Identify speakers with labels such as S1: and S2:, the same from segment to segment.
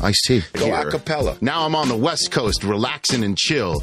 S1: I see.
S2: Go a cappella.
S1: Now I'm on the West Coast, relaxing and chill,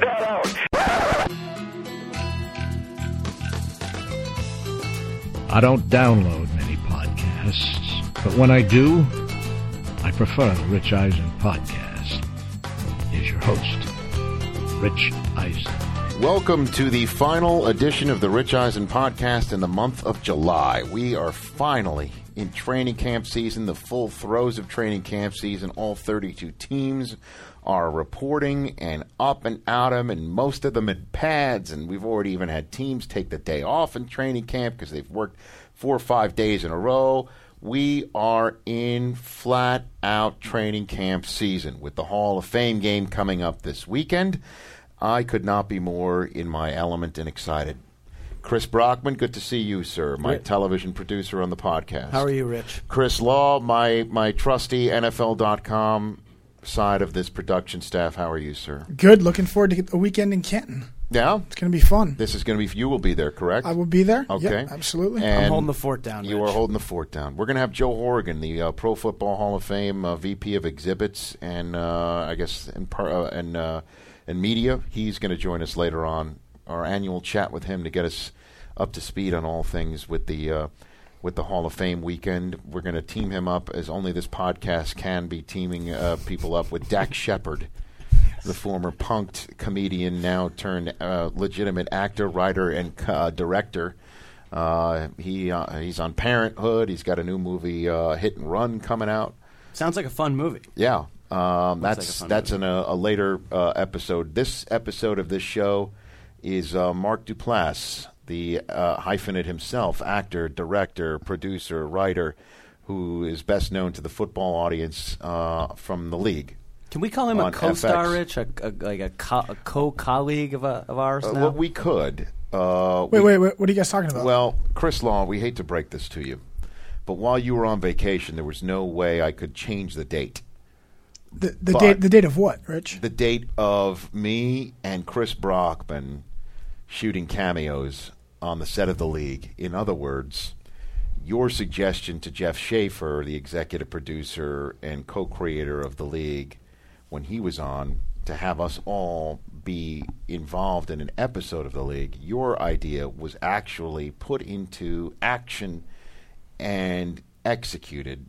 S3: that out.
S4: I don't download many podcasts, but when I do, I prefer the Rich Eisen podcast. Here's your host, Rich Eisen.
S5: Welcome to the final edition of the Rich Eisen podcast in the month of July. We are finally in training camp season, the full throes of training camp season. All 32 teams are reporting and up and out 'em, and most of them in pads. And we've already even had teams take the day off in training camp because they've worked four or five days in a row. We are in flat out training camp season with the Hall of Fame game coming up this weekend. I could not be more in my element and excited. Chris Brockman, good to see you, sir, my television producer on the podcast.
S6: How are you, Rich?
S5: Chris Law, my, my trusty NFL.com side of this production staff. How are you, sir?
S7: Good. Looking forward to a weekend in Canton.
S5: Yeah?
S7: It's going to be fun.
S5: This is going to be, you will be there, correct?
S7: I will be there.
S5: Okay.
S7: Yeah, absolutely.
S5: And
S6: I'm holding the fort down.
S5: You
S6: Rich.
S5: are holding the fort down. We're going to have Joe Horgan, the uh, Pro Football Hall of Fame uh, VP of Exhibits and uh, I guess and par- uh, and uh, and media. He's going to join us later on. Our annual chat with him to get us up to speed on all things with the uh, with the Hall of Fame weekend. We're going to team him up as only this podcast can be teaming uh, people up with Dak Shepard. The former punked comedian, now turned uh, legitimate actor, writer, and uh, director. Uh, he uh, he's on Parenthood. He's got a new movie, uh, Hit and Run, coming out.
S6: Sounds like a fun movie.
S5: Yeah, um, that's
S6: fun
S5: that's in a, a later uh, episode. This episode of this show is uh, Mark Duplass, the uh, hyphenate himself, actor, director, producer, writer, who is best known to the football audience uh, from the league.
S6: Can we call him
S5: On
S6: a co-star,
S5: FX.
S6: Rich? A, a, like a, co- a co-colleague of, uh of ours
S5: Uh,
S6: now?
S5: Well, we could. Uh,
S7: wait,
S5: we-
S7: wait, wait. What are you guys talking about?
S5: Well, Chris Law, we hate to break this to you, but while you were on vacation, there was no way I could change the date.
S7: the, the
S5: but-
S7: date. The date of what, Rich?
S5: The date of me and Chris Brockman shooting cameos on the set of the league. In other words, your suggestion to Jeff Schaefer, the executive producer and co creator of the league, when he was on, to have us all be involved in an episode of the league, your idea was actually put into action and executed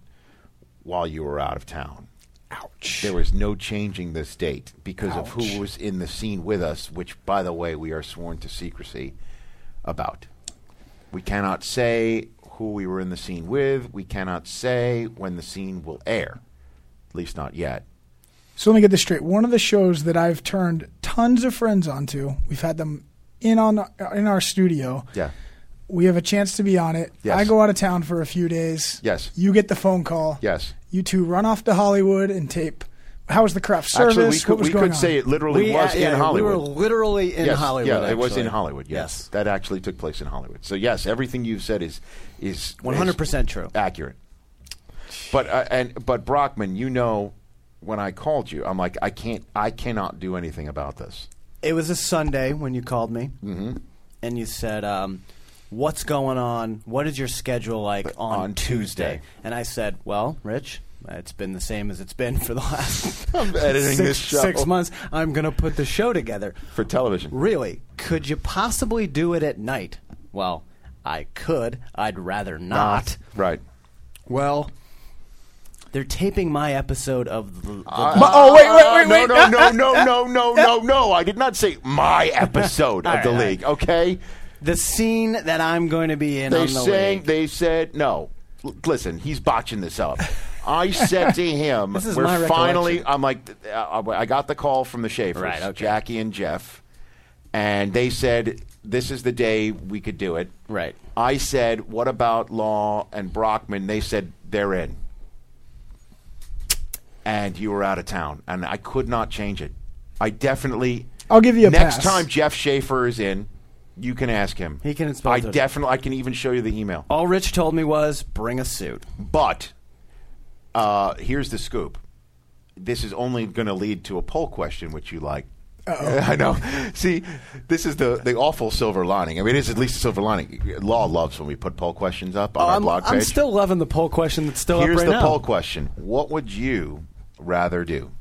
S5: while you were out of town.
S7: Ouch.
S5: There was no changing this date because of who was in the scene with us, which, by the way, we are sworn to secrecy about. We cannot say who we were in the scene with. We cannot say when the scene will air, at least not yet.
S7: So let me get this straight. One of the shows that I've turned tons of friends onto. We've had them in on uh, in our studio.
S5: Yeah.
S7: We have a chance to be on it.
S5: Yes.
S7: I go out of town for a few days.
S5: Yes.
S7: You get the phone call.
S5: Yes.
S7: You two run off to Hollywood and tape. How was the craft service?
S5: Actually, we could,
S7: what was
S5: we
S7: going
S5: could
S7: on?
S5: say it literally was
S6: uh,
S5: in
S6: yeah,
S5: Hollywood.
S6: We were literally in
S5: yes,
S6: Hollywood.
S5: yeah, it was in
S6: actually.
S5: Hollywood. Yes. that actually took place in Hollywood. So yes, everything you've said is is
S6: 100% true.
S5: accurate. But uh, and but Brockman, you know, when I called you, I'm like, I can't, I cannot do anything about this.
S6: It was a Sunday when you called me, mm-hmm. and you said, um, "What's going on? What is your schedule like on,
S5: Uh, on Tuesday.
S6: And I said, "Well, Rich." It's been the same as it's been for the last
S5: I'm editing
S6: six,
S5: this show.
S6: six months. I'm going to put the show together
S5: For television.
S6: Really? Could you possibly do it at night? Well, I could. I'd rather not.
S5: Right.
S6: Well, they're taping my episode of the, the
S7: oh, wait, wait,
S5: Uh,
S7: wait, wait.
S5: No,
S7: Ah,
S5: no, no, no, no, no, no. I did not say my episode of the league. Okay.
S6: the scene that I'm going to be in.
S5: They
S6: on the
S5: saying
S6: league.
S5: they said no. L- listen, he's botching this up. I said to him,
S6: This is
S5: "We're
S6: my
S5: finally."
S6: recollection.
S5: I'm like, th- uh, I got the call from the Schaefer's,
S6: Right, okay.
S5: Jackie and Jeff, and they said this is the day we could do it.
S6: Right.
S5: I said, "What about Law and Brockman?" They said they're in, and you were out of town, and I could not change it. I definitely
S7: I'll give you a
S5: Next
S7: pass.
S5: time Jeff Schaefer is in, you can ask him.
S6: He can
S5: I
S6: expose it.
S5: definitely. I can even show you the email.
S6: All Rich told me was bring a suit.
S5: But uh, here's the scoop. This is only going to lead to a poll question, which you like. I know. See, this is the, the awful silver lining. I mean, it is at least a silver lining. Law loves when we put poll questions up on our
S6: Oh, I'm,
S5: blog page.
S6: I'm still loving the poll question that's still
S5: Here's
S6: up right
S5: the
S6: now.
S5: poll question: What would you rather do?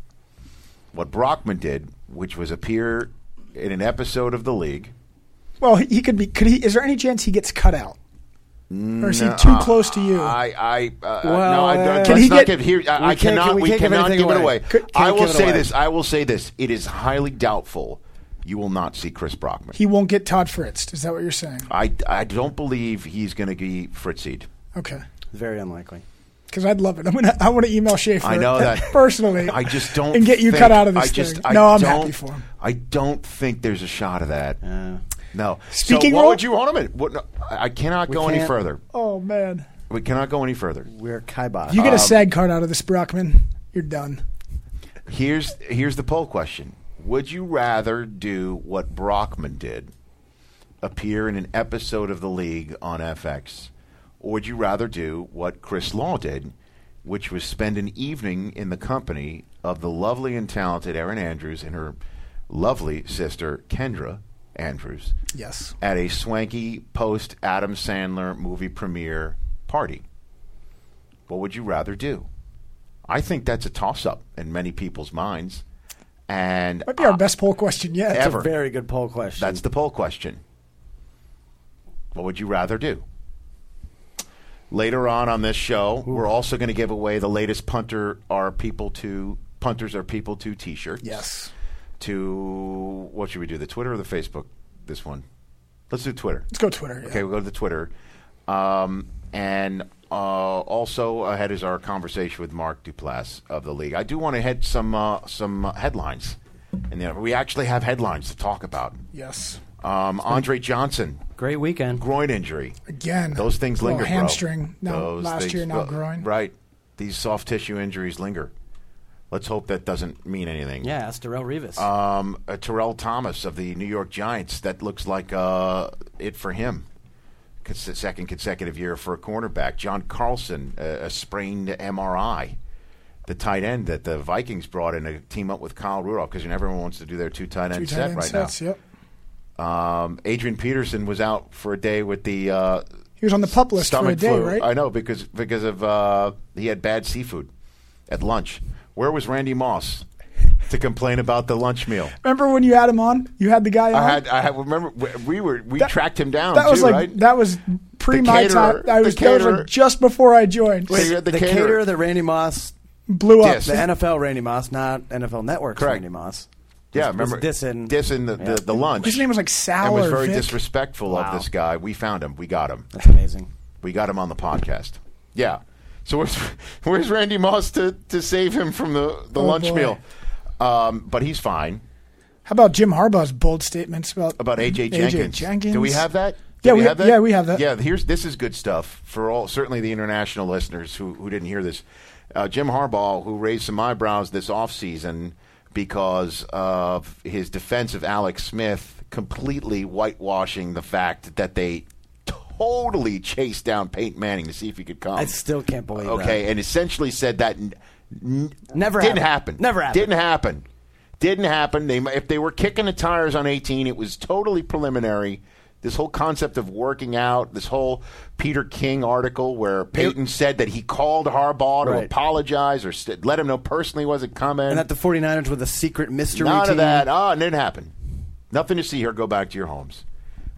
S5: What Brockman did, which was appear in an episode of the league.
S7: Well, he he could be. Could he? Is there any chance he gets cut out? Or is he
S5: No,
S7: too
S5: uh,
S7: close to you?
S5: I, I, uh,
S6: Well,
S5: no, I,
S6: uh,
S5: let's
S7: Can he
S5: not
S7: get-
S5: give here.
S6: we
S5: I, I
S6: can't
S5: cannot.
S6: give- we
S5: We,
S6: can't give
S5: cannot
S6: anything
S5: give it
S6: away.
S5: away.
S7: Could- can't
S5: I will
S6: give it
S5: say
S6: away.
S5: this. I will say this. It is highly doubtful you will not see Chris Brockman.
S7: he won't get Todd Fritz. Is that what you're saying?
S5: I, I don't believe he's going to be fritzied.
S7: Okay.
S6: Very unlikely.
S7: Because I'd love it. I'm gonna. I want to email Schaefer.
S5: I know that
S7: personally.
S5: I just don't
S7: and get you
S5: think-
S7: cut out of this
S5: I just,
S7: thing.
S5: I
S7: no, I'm
S5: don't-
S7: happy for him.
S5: I don't think there's a shot of that.
S6: Uh,
S5: No.
S7: Speaking
S5: so what
S7: of-
S5: would you want him in? What, no, I I cannot go any
S6: can't-
S5: further.
S7: Oh man,
S5: We cannot go any further.
S6: we're kibosh. Um,
S7: you get
S5: Um,
S7: a SAG card out of this, Brockman. You're done.
S5: Here's here's the poll question: Would you rather do what Brockman did, appear in an episode of The League on FX, or would you rather do what Chris Law did, which was spend an evening in the company of the lovely and talented Erin Andrews and her lovely sister Kendra Andrews
S7: Yes.
S5: at a swanky post Adam Sandler movie premiere party? What would you rather do? I think that's a toss up in many people's minds. And
S7: Might be our best poll question yet.
S5: Uh, Ever.
S6: a very good poll question.
S5: that's the poll question. What would you rather do? Later on on this show, we're also going to give away the latest punter are people to punters are people to t-shirt.
S7: Yes.
S5: To what should we do? The Twitter or the Facebook? This one. Let's do Twitter.
S7: Let's go Twitter. yeah.
S5: Okay, we'll go to the Twitter. Um, and uh, also ahead is our conversation with Mark Duplass of the league. I do want to hit some uh, some uh, headlines, and then we actually have headlines to talk about.
S7: Yes.
S5: Um, Andre Johnson,
S6: Great weekend.
S5: groin injury.
S7: Again.
S5: Those things
S7: Well,
S5: linger. bro.
S7: hamstring. No,
S5: Those
S7: last
S5: things-
S7: year now
S5: well,
S7: groin.
S5: Right. These soft tissue injuries linger. Let's hope that doesn't mean anything.
S6: Yeah, that's Darrell Revis.
S5: Um, uh, Terrell Thomas of the New York Giants. That looks like uh, it for him. It's the second consecutive year for a cornerback. John Carlson, uh, a sprained MRI. The tight end that the Vikings brought in to team up with Kyle Rudolph because everyone wants to do their two tight
S7: Two
S5: end
S7: tight
S5: set
S7: end
S5: right
S7: sets.
S5: now.
S7: Yep.
S5: Um, Adrian Peterson was out for a day with the uh,
S7: He was on the pup list for a
S5: stomach
S7: day,
S5: flu.
S7: right?
S5: I know because because of uh, he had bad seafood at lunch. Where was Randy Moss to complain about the lunch meal?
S7: Remember when you had him on? You had the guy on.
S5: I had, I had, remember we- we were we
S7: That-
S5: tracked him down.
S7: that was
S5: too,
S7: like
S5: right?
S7: that was pre
S5: The
S7: my
S5: caterer-
S7: time.
S5: the
S7: I was, that was
S5: caterer-
S7: like just before I joined.
S5: Wait, you had
S6: the
S5: the caterer.
S6: caterer that Randy Moss,
S7: Blew up.
S5: Yes.
S6: the NFL Randy Moss, not NFL Network's
S5: Correct.
S6: Randy Moss.
S5: yeah,
S6: was- was
S5: remember
S6: dissing-
S5: dissing the,
S6: Yeah.
S5: the, the lunch.
S7: His name was like Sal
S5: and was
S7: or
S5: very
S7: Vic.
S5: disrespectful
S6: Wow.
S5: of this guy. We found him. We got him.
S6: That's amazing.
S5: We got him on the podcast. Yeah. So where's where's Randy Moss to, to save him from the, the
S7: Oh,
S5: lunch
S7: boy.
S5: meal? Um, but he's fine.
S7: How about Jim Harbaugh's bold statements about
S5: About AJ Jenkins.
S7: Jenkins?
S5: Do we have that?
S7: Yeah,
S5: Do
S7: we-
S5: have that?
S7: yeah, we have that.
S5: Yeah, here's this is good stuff for all certainly the international listeners who who didn't hear this. Uh, Jim Harbaugh, who raised some eyebrows this offseason because of his defense of Alex Smith, completely whitewashing the fact that they totally chased down Peyton Manning to see if he could come.
S6: I still can't believe that.
S5: Okay, and essentially said that n- n-
S6: Never
S5: didn't happen.
S6: happened. Never happened.
S5: Didn't happen. Didn't happen. They if they were kicking the tires on 18, it was totally preliminary. This whole concept of working out, this whole Peter King article where Peyton said that he called Harbaugh to
S6: Right.
S5: apologize or st- let him know personally he wasn't coming.
S6: And that the 49ers were the secret mystery
S5: None
S6: team.
S5: of that. Oh, it didn't happen. Nothing to see here. Go back to your homes.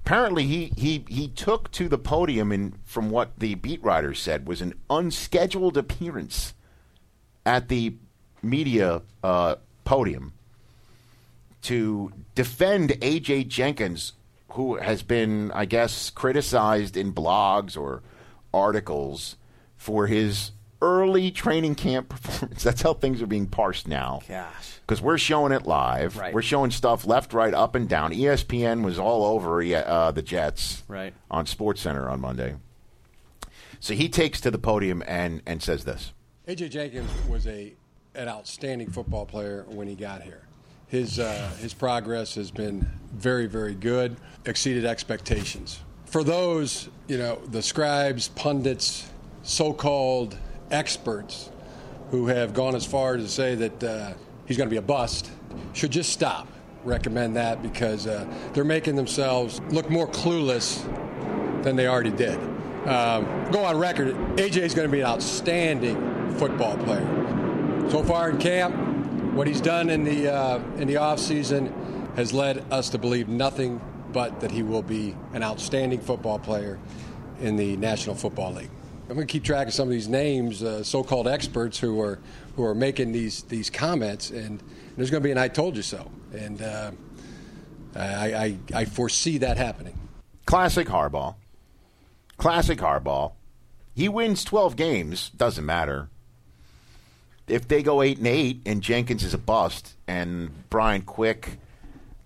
S5: Apparently, he, he, he took to the podium in from what the beat writers said was an unscheduled appearance at the media uh, podium to defend AJ Jenkins, who has been, I guess, criticized in blogs or articles for his early training camp performance. That's how things are being parsed now
S6: Gosh.
S5: because we're showing it live.
S6: Right.
S5: We're showing stuff left, right, up, and down. E ESPN was all over uh, the Jets
S6: Right.
S5: on SportsCenter on Monday. So he takes to the podium and, and says this.
S8: AJ Jenkins was a an outstanding football player when he got here.
S6: His, uh, his progress has been very, very good, exceeded expectations. For those, you know, the scribes, pundits, so called experts who have gone as far as to say that uh, he's going to be a bust should just stop. Recommend that because uh, they're making themselves look more clueless than they already did. Um, go on record, AJ's going to be an outstanding football player. So far in camp, what he's done in the uh, in the offseason has led us to believe nothing but that he will be an outstanding football player in the National Football League. I'm going to keep track of some of these names, uh, so-called experts who are who are making these these comments, and there's going to be an "I told you so," and uh, I, I I foresee that happening.
S5: Classic Harbaugh. Classic Harbaugh. He wins 12 games, doesn't matter. If they go 8 and 8 and Jenkins is a bust and Brian Quick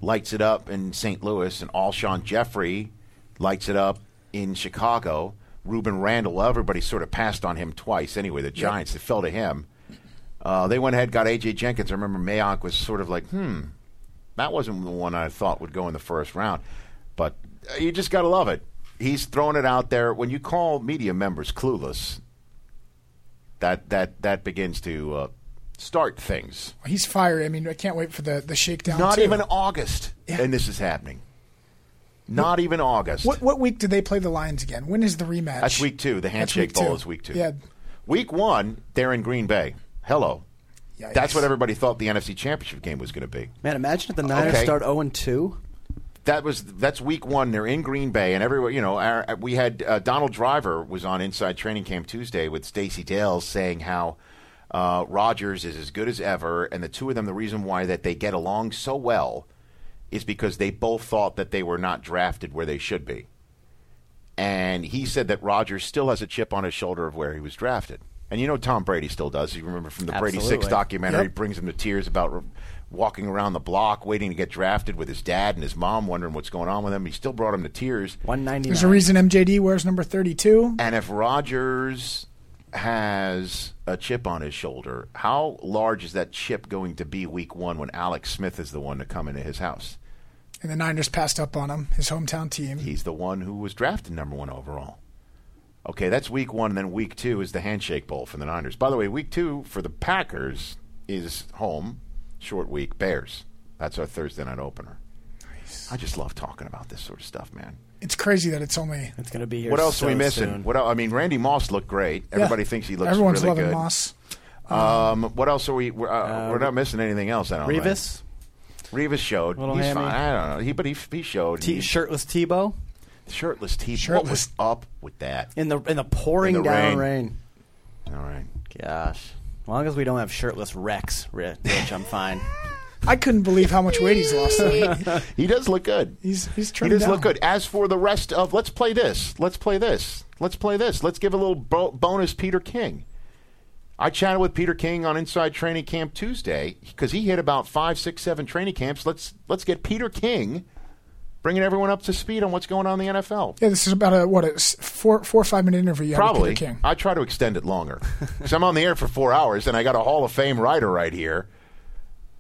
S5: lights it up in St. Louis and Alshon Jeffrey lights it up in Chicago, Reuben Randall, everybody sort of passed on him twice anyway, the Giants, that fell to him. Uh, they went ahead, got A.J. Jenkins. I remember Mayock was sort of like, hmm, that wasn't the one I thought would go in the first round. But uh, you just got to love it. He's throwing it out there. When you call media members clueless, that that that begins to uh, start things.
S7: He's fiery. I mean, I can't wait for the the shakedown.
S5: Not
S7: Oh, too.
S5: even August, and this is happening. Not even August.
S7: What what week do they play the Lions again? When is the rematch?
S5: That's week two. The handshake
S7: week
S5: bowl
S7: two.
S5: is week two.
S7: Yeah.
S5: Week one, they're in Green Bay. Hello.
S7: Yikes.
S5: That's what everybody thought the NFC Championship game was going to be.
S9: Man, imagine if the Niners
S5: Okay.
S9: start 0 2.
S5: that was that's week one. They're in Green Bay, and everywhere you know, our, we had uh, Donald Driver was on Inside Training Camp Tuesday with Stacy Dale saying how uh, Rodgers is as good as ever, and the two of them, the reason why that they get along so well is because they both thought that they were not drafted where they should be, and he said that Rodgers still has a chip on his shoulder of where he was drafted, and you know Tom Brady still does. You remember from the Brady Six
S9: Absolutely.
S5: documentary,
S7: Yep.
S5: brings him to tears about r walking around the block, waiting to get drafted with his dad and his mom, wondering what's going on with him. He still brought him to tears.
S9: 199.
S7: There's a reason MJD wears number 32.
S5: And if Rogers has a chip on his shoulder, how large is that chip going to be week one when Alex Smith is the one to come into his house?
S7: And the Niners passed up on him, his hometown team.
S5: He's the one who was drafted number one overall. Okay, that's week one, and then week two is the handshake bowl for the Niners. By the way, week two for the Packers is home, short week, Bears. That's our Thursday night opener. Nice. I just love talking about this sort of stuff, man.
S7: It's crazy that it's only.
S9: It's going to be here.
S5: what else
S9: so
S5: are we missing?
S9: soon.
S5: What el- I mean, Randy Moss looked great. Everybody
S7: Yeah.
S5: thinks he looks
S7: Everyone's
S5: really
S7: loving
S5: good.
S7: Moss.
S5: Um, what else are we? We're, uh, we're not missing anything else. I don't. know.
S9: Revis?
S5: Revis showed.
S9: Little
S5: He's
S9: hammy.
S5: fine. I don't know. He, but he, he showed.
S9: T-
S5: He-
S9: shirtless Tebow?
S5: shirtless T. What
S7: Shirtless.
S5: was up with that?
S9: In the, in the pouring
S5: In the
S9: down
S5: rain.
S9: rain.
S5: All right.
S9: Gosh. As long as we don't have shirtless Rex, Ri- Rich, I'm fine.
S7: I couldn't believe how much weight he's lost. though.
S5: He does look good.
S7: he's he's
S5: he
S7: trimmed
S5: does
S7: down.
S5: look good. As for the rest of, let's play this. Let's play this. Let's play this. Let's give a little bo- bonus Peter King. I chatted with Peter King on Inside Training Camp Tuesday because he hit about five, six, seven training camps. Let's let's get Peter King, bringing everyone up to speed on what's going on in the NFL.
S7: Yeah, this is about a what a s- four four or five minute interview. You had with
S5: Probably,
S7: Peter King.
S5: I try to extend it longer because I'm on the air for four hours and I got a Hall of Fame writer right here.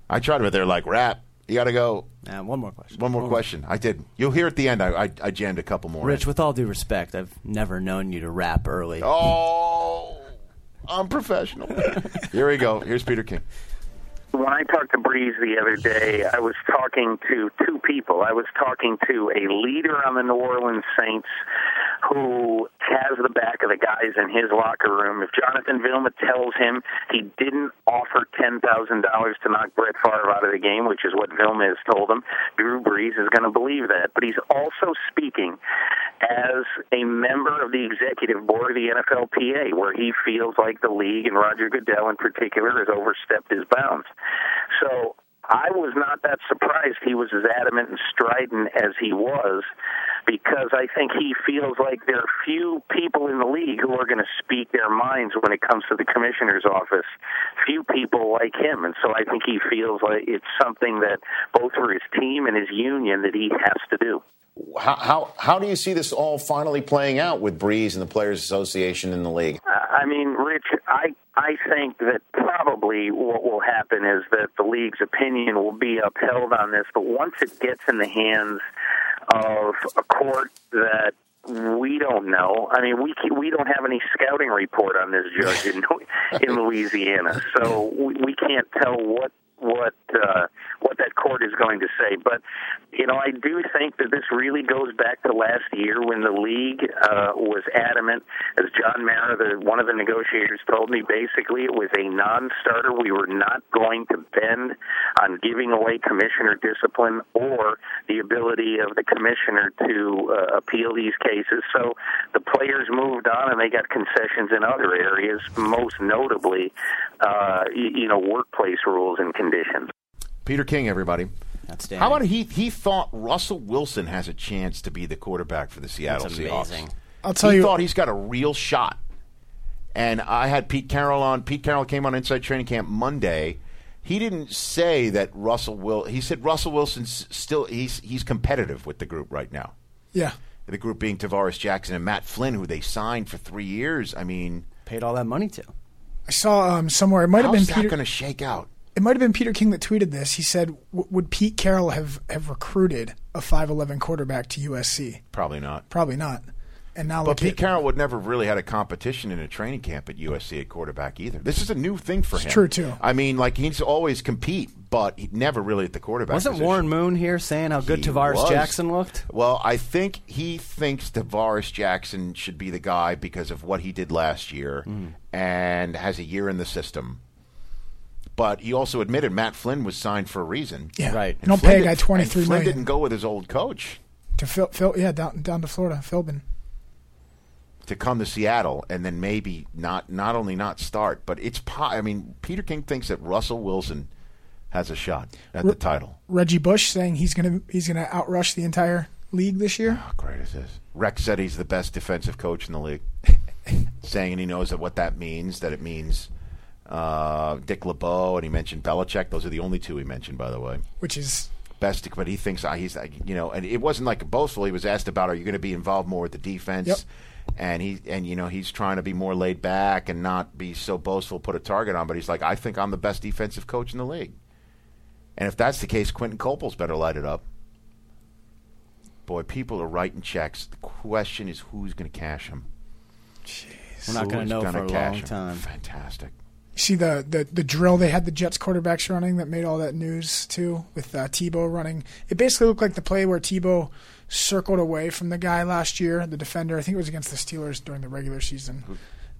S5: I tried, but they're like, "Rap, you got to go."
S9: Uh, one more question.
S5: One
S7: Oh.
S5: more question. I did. You'll hear at the end. I I, I jammed a couple more. in.
S9: Rich, with all due respect, I've never known you to rap early.
S5: Oh, I'm professional. Here we go. Here's Peter King.
S3: When I talked to Breeze the other day, I was talking to two people. I was talking to a leader on the New Orleans Saints who has the back of the guys in his locker room. If Jonathan Vilma tells him he didn't offer $10,000 to knock Brett Favre out of the game, which is what Vilma has told him, Drew Brees is going to believe that. But he's also speaking as a member of the executive board of the NFLPA, where he feels like the league and Roger Goodell in particular has overstepped his bounds. So I was not that surprised he was as adamant and strident as he was because I think he feels like there are few people in the league who are going to speak their minds when it comes to the commissioner's office. Few people like him. And so I think he feels like it's something that both for his team and his union that he has to do.
S2: How, how, how do you see this all finally playing out with Breeze and the Players Association in the league?
S3: I- I mean, Rich, I I think that probably what will happen is that the league's opinion will be upheld on this, but once it gets in the hands of a court that we don't know. I mean, we ca- we don't have any scouting report on this judge in in Louisiana, so we, we can't tell what what uh, what that court is going to say. But you know, I do think that this really goes back to last year when the league uh, was adamant, as John Mara, the, one of the negotiators, told me. Basically, it was a non-starter. We were not going to bend on giving away commissioner discipline or the ability of the commissioner to uh, appeal these cases. So the players moved on and they got concessions in other areas, most notably, uh, you, you know, workplace rules and conditions.
S5: Peter King, everybody.
S6: Outstanding.
S5: How about he? He thought Russell Wilson has a chance to be the quarterback for the Seattle
S6: That's
S5: Seahawks.
S6: amazing.
S7: I'll tell
S5: Uh, he
S7: you-
S5: thought he's got a real shot. And I had Pete Carroll on. Pete Carroll came on Inside Training Camp Monday. He didn't say that Russell will. He said Russell Wilson's still. He's he's competitive with the group right now.
S7: Yeah.
S5: The group being Tavares Jackson and Matt Flynn, who they signed for three years. I mean,
S6: Paid all that money to.
S7: I saw um, somewhere it might have been
S5: how's
S7: Peter.
S5: that going to shake out?
S7: it might have been Peter King that tweeted this. He said, w- "Would Pete Carroll have have recruited a 5'11 quarterback to USC?
S5: Probably not.
S7: Probably not." And now
S5: But
S7: look
S5: Pete
S7: at
S5: Carroll would never really had a competition in a training camp at USC at quarterback either. This is a new thing for him.
S7: true, too.
S5: I mean, like he's always compete, but he never really at the quarterback.
S6: Wasn't
S5: position.
S6: Warren Moon here saying how good
S5: He
S6: Tavares
S5: was.
S6: Jackson looked?
S5: Well, I think he thinks Tavares Jackson should be the guy because of what he did last year
S6: Hmm.
S5: and has a year in the system. But he also admitted Matt Flynn was signed for a reason.
S7: yeah,
S6: Right.
S7: You don't
S5: Flynn
S7: pay a
S5: did-
S7: guy
S5: and
S7: twenty three
S5: Flynn
S7: million
S5: didn't go with his old coach
S7: to Phil, Phil, yeah, down down to Florida, Philbin.
S5: to come to Seattle and then maybe not not only not start, but it's po- I mean Peter King thinks that Russell Wilson has a shot at the title.
S7: Reggie Bush saying he's gonna he's gonna outrush the entire league this year.
S5: How great is this? Rex said he's the best defensive coach in the league, saying he knows that what that means. That it means uh, Dick LeBeau, and he mentioned Belichick. Those are the only two he mentioned, by the way.
S7: which is
S5: Best, but he thinks uh, he's uh, you know, and it wasn't like boastful. He was asked about, "Are you going to be involved more with the defense?"
S7: Yep.
S5: And he and you know he's trying to be more laid back and not be so boastful, put a target on. But he's like, "I think I'm the best defensive coach in the league." And if that's the case, Quentin Copel's better light it up. Boy, people are writing checks. The question is who's going to cash them.
S6: We're not going to know for a long time.
S5: Fantastic.
S7: you see the, the the drill they had the Jets quarterbacks running that made all that news too with uh, Tebow running. It basically looked like the play where Tebow circled away from the guy last year, the defender. I think it was against the Steelers during the regular season.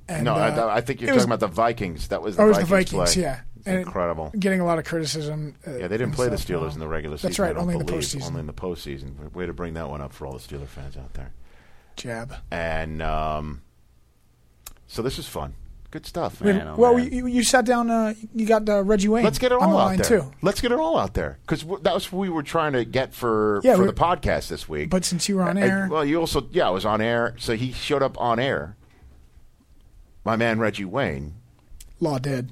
S7: And,
S5: no,
S7: uh,
S5: I, I think you're
S7: it was-
S5: talking about the Vikings. That was the
S7: Oh, it was
S5: Vikings,
S7: the Vikings,
S5: play.
S7: yeah.
S5: It's
S7: And it-
S5: incredible.
S7: getting a lot of criticism. uh,
S5: Yeah, they didn't
S7: and
S5: play the
S7: stuff.
S5: Steelers in the regular season.
S7: That's
S5: I
S7: right,
S5: don't
S7: only in the
S5: believe.
S7: postseason.
S5: Only in the postseason. Way to bring that one up for all the Steeler fans out there.
S7: Jab.
S5: And um, so this is fun. Good stuff.
S7: We-
S5: man.
S6: oh
S7: well,
S6: man.
S7: you, you sat down. Uh, you got uh, Reggie Wayne.
S5: Let's get it
S7: on the
S5: all out
S7: line
S5: there.
S7: too.
S5: Let's get it all out there because that was what we were trying to get for
S7: Yeah,
S5: for
S7: we-
S5: the podcast this week.
S7: But since you were on
S5: Uh,
S7: air,
S5: well, you also yeah, I was on air, so he showed up on air. My man Reggie Wayne.
S7: Law did.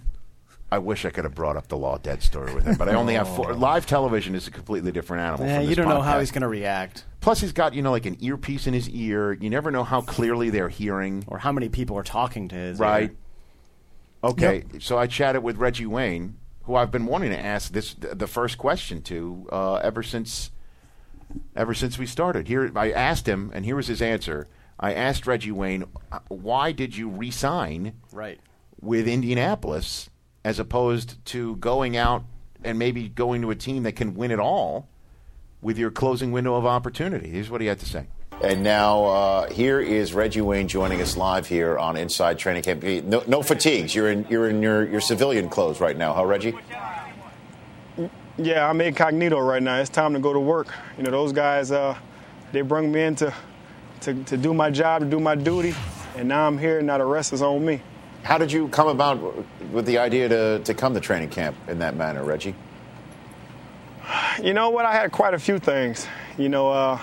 S5: I wish I could have brought up the Law Dead story with him, but I only have
S7: Oh.
S5: four. Live television is a completely different animal.
S6: Yeah,
S5: from
S6: you
S5: this
S6: don't know how
S5: podcast.
S6: he's going to react
S5: Plus, he's got you know like an earpiece in his ear. You never know how clearly they're hearing,
S6: or how many people are talking to his.
S5: right?
S6: ear.
S5: Okay, so I chatted with Reggie Wayne, who I've been wanting to ask this th- the first question to uh, ever since ever since we started. Here, I asked him, and here was his answer. I asked Reggie Wayne, uh, "Why did you resign
S6: Right.
S5: with Indianapolis as opposed to going out and maybe going to a team that can win it all with your closing window of opportunity?" Here's what he had to say.
S10: And now uh, here is Reggie Wayne joining us live here on Inside Training Camp. No, no fatigues. You're in you're in your, your civilian clothes right now, huh, Reggie?
S2: Yeah, I'm incognito right now. It's time to go to work. You know, those guys, uh, they brung me in to, to, to do my job, to do my duty, and now I'm here. Now the rest is on me.
S10: How did you come about with the idea to, to come to training camp in that manner, Reggie?
S2: You know what? I had quite a few things. You know, uh,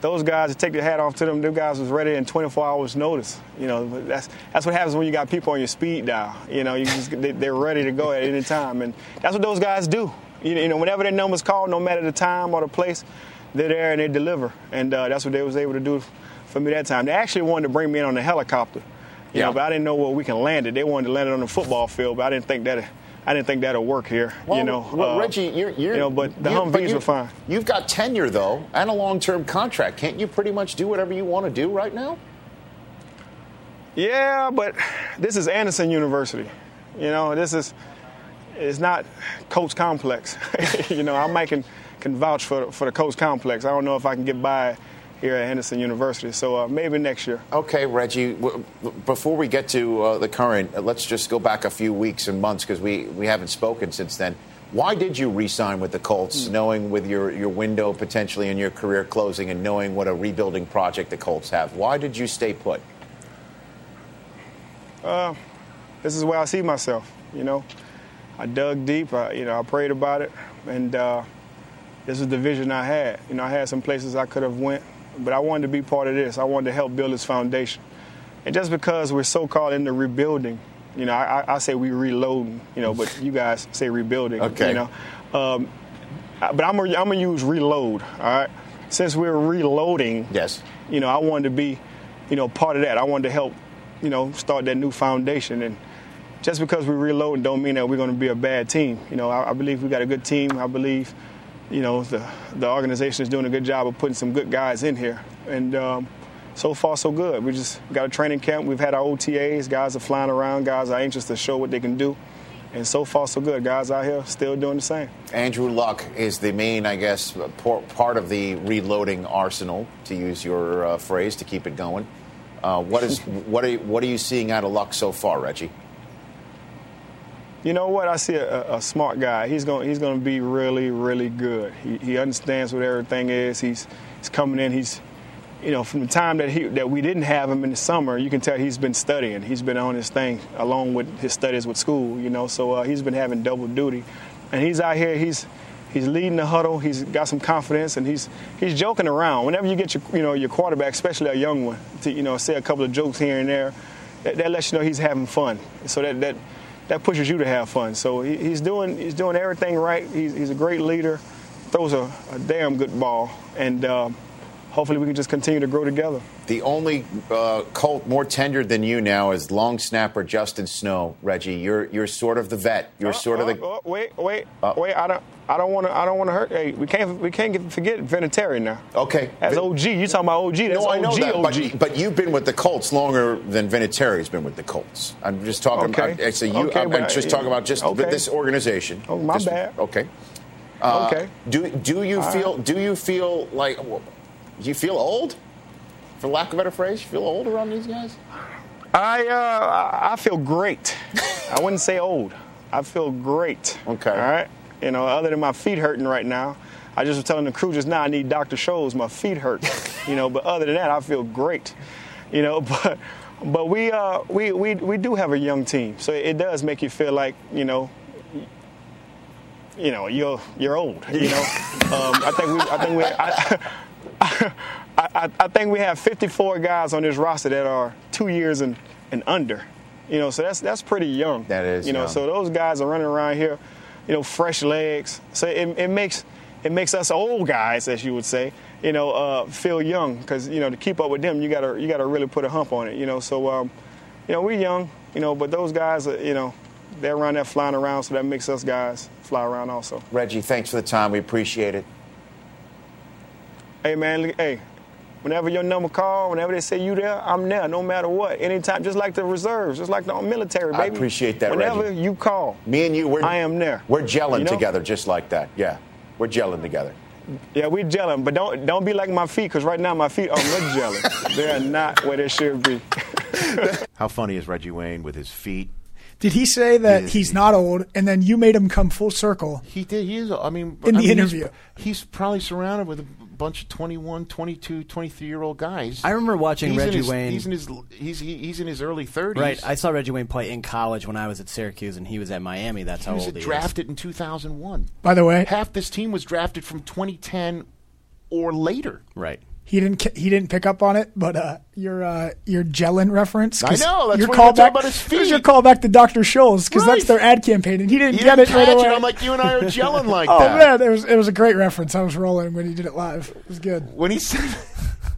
S2: those guys, to take the hat off to them, them guys was ready in 24 hours notice. You know, but that's that's what happens when you got people on your speed dial. You know, you just, they, they're ready to go at any time, and that's what those guys do. You know, you know, whenever their number's called, no matter the time or the place, they're there and they deliver, and uh, that's what they was able to do for me that time. They actually wanted to bring me in on a helicopter.
S6: You
S11: Yeah.
S6: know, but I didn't know where we can land it. They wanted to land it on the football field, but I didn't think that I didn't think that'll work here.
S5: Well,
S6: you know,
S5: well,
S6: Uh,
S5: Reggie, you're, you're
S6: you know, but the
S5: you-
S6: Humvees
S5: but you-
S6: were fine.
S5: You've got tenure though, and a long-term contract. Can't you pretty much do whatever you want to do right now?
S6: Yeah, but this is Anderson University. You know, this is it's not coach complex. you know, I might can, can vouch for for the coach complex. I don't know if I can get by here at Anderson University. So uh, maybe next year.
S5: Okay, Reggie. W- w- before we get to uh, the current, uh, let's just go back a few weeks and months because we, we haven't spoken since then. Why did you re-sign with the Colts, knowing with your, your window potentially in your career closing, and knowing what a rebuilding project the Colts have? Why did you stay put?
S6: uh, this is where I see myself. You know, I dug deep. I, you know, I prayed about it, and uh, this is the vision I had. You know, I had some places I could have went, but I wanted to be part of this. I wanted to help build this foundation. And just because we're so-called into rebuilding, you know, I, I- I say we reloading. You know, but you guys say rebuilding.
S5: Okay.
S6: You know, um, I- but I'm gonna I'm gonna use reload. All right. Since we're reloading,
S5: yes.
S6: You know, I wanted to be, you know, part of that. I wanted to help, you know, start that new foundation. And just because we reload don't mean that we're going to be a bad team. You know, I, I believe we got a good team. I believe, you know, the the organization is doing a good job of putting some good guys in here. And um, so far, so good. We just got a training camp. We've had our OTAs. Guys are flying around. Guys are anxious to show what they can do. And so far, so good. Guys out here still doing the same.
S5: Andrew Luck is the main, I guess, por- part of the reloading arsenal, to use your uh, phrase, to keep it going. Uh, what is what are you, what are you seeing out of Luck so far, Reggie?
S6: You know what? I see a, a- a smart guy. He's going he's going to be really really good. He, he understands what everything is. He's he's coming in. He's you know from the time that he that we didn't have him in the summer, you can tell he's been studying. He's been on his thing along with his studies with school. You know, so uh, he's been having double duty, and he's out here. He's He's leading the huddle. He's got some confidence, and he's he's joking around. Whenever you get your you know your quarterback, especially a young one, to you know say a couple of jokes here and there, that, that lets you know he's having fun. So that that that pushes you to have fun. So he, he's doing he's doing everything right. He's, he's a great leader, throws a, a damn good ball, and um, hopefully we can just continue to grow together.
S5: The only uh, Colt more tenured than you now is long snapper Justin Snow. Reggie, you're you're sort of the vet. You're sort of the
S6: Oh, wait, wait,
S5: Uh.
S6: wait! I don't, I don't want to, I don't want to hurt. Hey, we can't, we can't get, forget Vinatieri now.
S5: okay.
S6: As OG, you talking about OG? That's
S5: no, I
S6: OG,
S5: know that,
S6: OG.
S5: But, but you've been with the Colts longer than Vinatieri's been with the Colts. I'm just talking.
S6: Okay.
S5: about, so you,
S6: Okay,
S5: I'm,
S6: but
S5: I'm
S6: I-
S5: just talking about just
S6: okay.
S5: this organization. Oh,
S6: my bad.
S5: Okay. Uh,
S6: Okay.
S5: Do do you
S6: All
S5: feel do you feel like do you feel old? For lack of a better phrase, you feel old around these guys?
S6: I, uh, I- I feel great. I wouldn't say old. I feel great. Okay. All right. You know, other than my feet hurting right now, I just was telling the crew just now I need Dr. Scholes. My feet hurt. you know, but other than that, I feel great. You know, but but we uh we we we do have a young team, so it does make you feel like you know. You know, you're you're old. You know, um, I think we I think we I, I, I, I think we have 54 guys on this roster that are two years and, and under. You know, so that's that's pretty young. That
S5: is
S6: You know,
S5: young.
S6: so those guys are running around here, you know, fresh legs. So it, it makes it makes us old guys, as you would say, you know, uh, feel young because you know to keep up with them, you gotta you gotta really put a hump on it. You know, so um, you know we're young, you know, but those guys, are, you know, they're around there flying around, so that makes us guys fly around also.
S5: Reggie, thanks for the time. We appreciate it.
S6: Hey man, look- hey, whenever your number call, whenever they say you there, I'm there, no matter what, anytime. Just like the reserves, just like the military, baby.
S5: I appreciate that,
S6: Whenever
S5: Reggie.
S6: you call,
S5: Me and you, we're
S6: I am there.
S5: We're gelling
S6: You know?
S5: together just like that. Yeah, we're gelling together.
S6: yeah, we gelling, but don't don't be like my feet, because right now my feet are not gelling. they are not where they should be.
S2: How funny is Reggie Wayne with his feet?
S7: Did he say that he's not old, and then you made him come full circle?
S2: He did. He is. I mean,
S7: In
S2: I
S7: the
S2: mean,
S7: interview.
S2: he's, he's probably surrounded with a bunch of 21, 22, 23 year old guys.
S12: I remember watching
S2: He's in
S12: Reggie
S2: his-
S12: Wayne.
S2: He's in his he's he- he's in his early thirties.
S12: Right, I saw Reggie Wayne play in college when I was at Syracuse, and he was at Miami. That's
S2: he
S12: how
S2: was
S12: old he
S2: drafted in 2001.
S7: By the way,
S2: half this team was drafted from 2010 or later.
S12: is. Right.
S7: He didn't. ca- He didn't pick up on it, but uh, your uh, your Jellin reference. 'cause
S2: I know, that's
S7: your
S2: what we were talking
S7: callback-
S2: about his
S7: it was your
S2: feet.
S7: callback to Dr. Scholes because
S2: Right.
S7: that's their ad campaign, and he didn't
S2: He
S7: get
S2: didn't
S7: it right
S2: catch it.
S7: away.
S2: I'm like, you and I are gelling like
S7: oh,
S2: that.
S7: man, it was it was a great reference. I was rolling when he did it live. It was good.
S2: When he said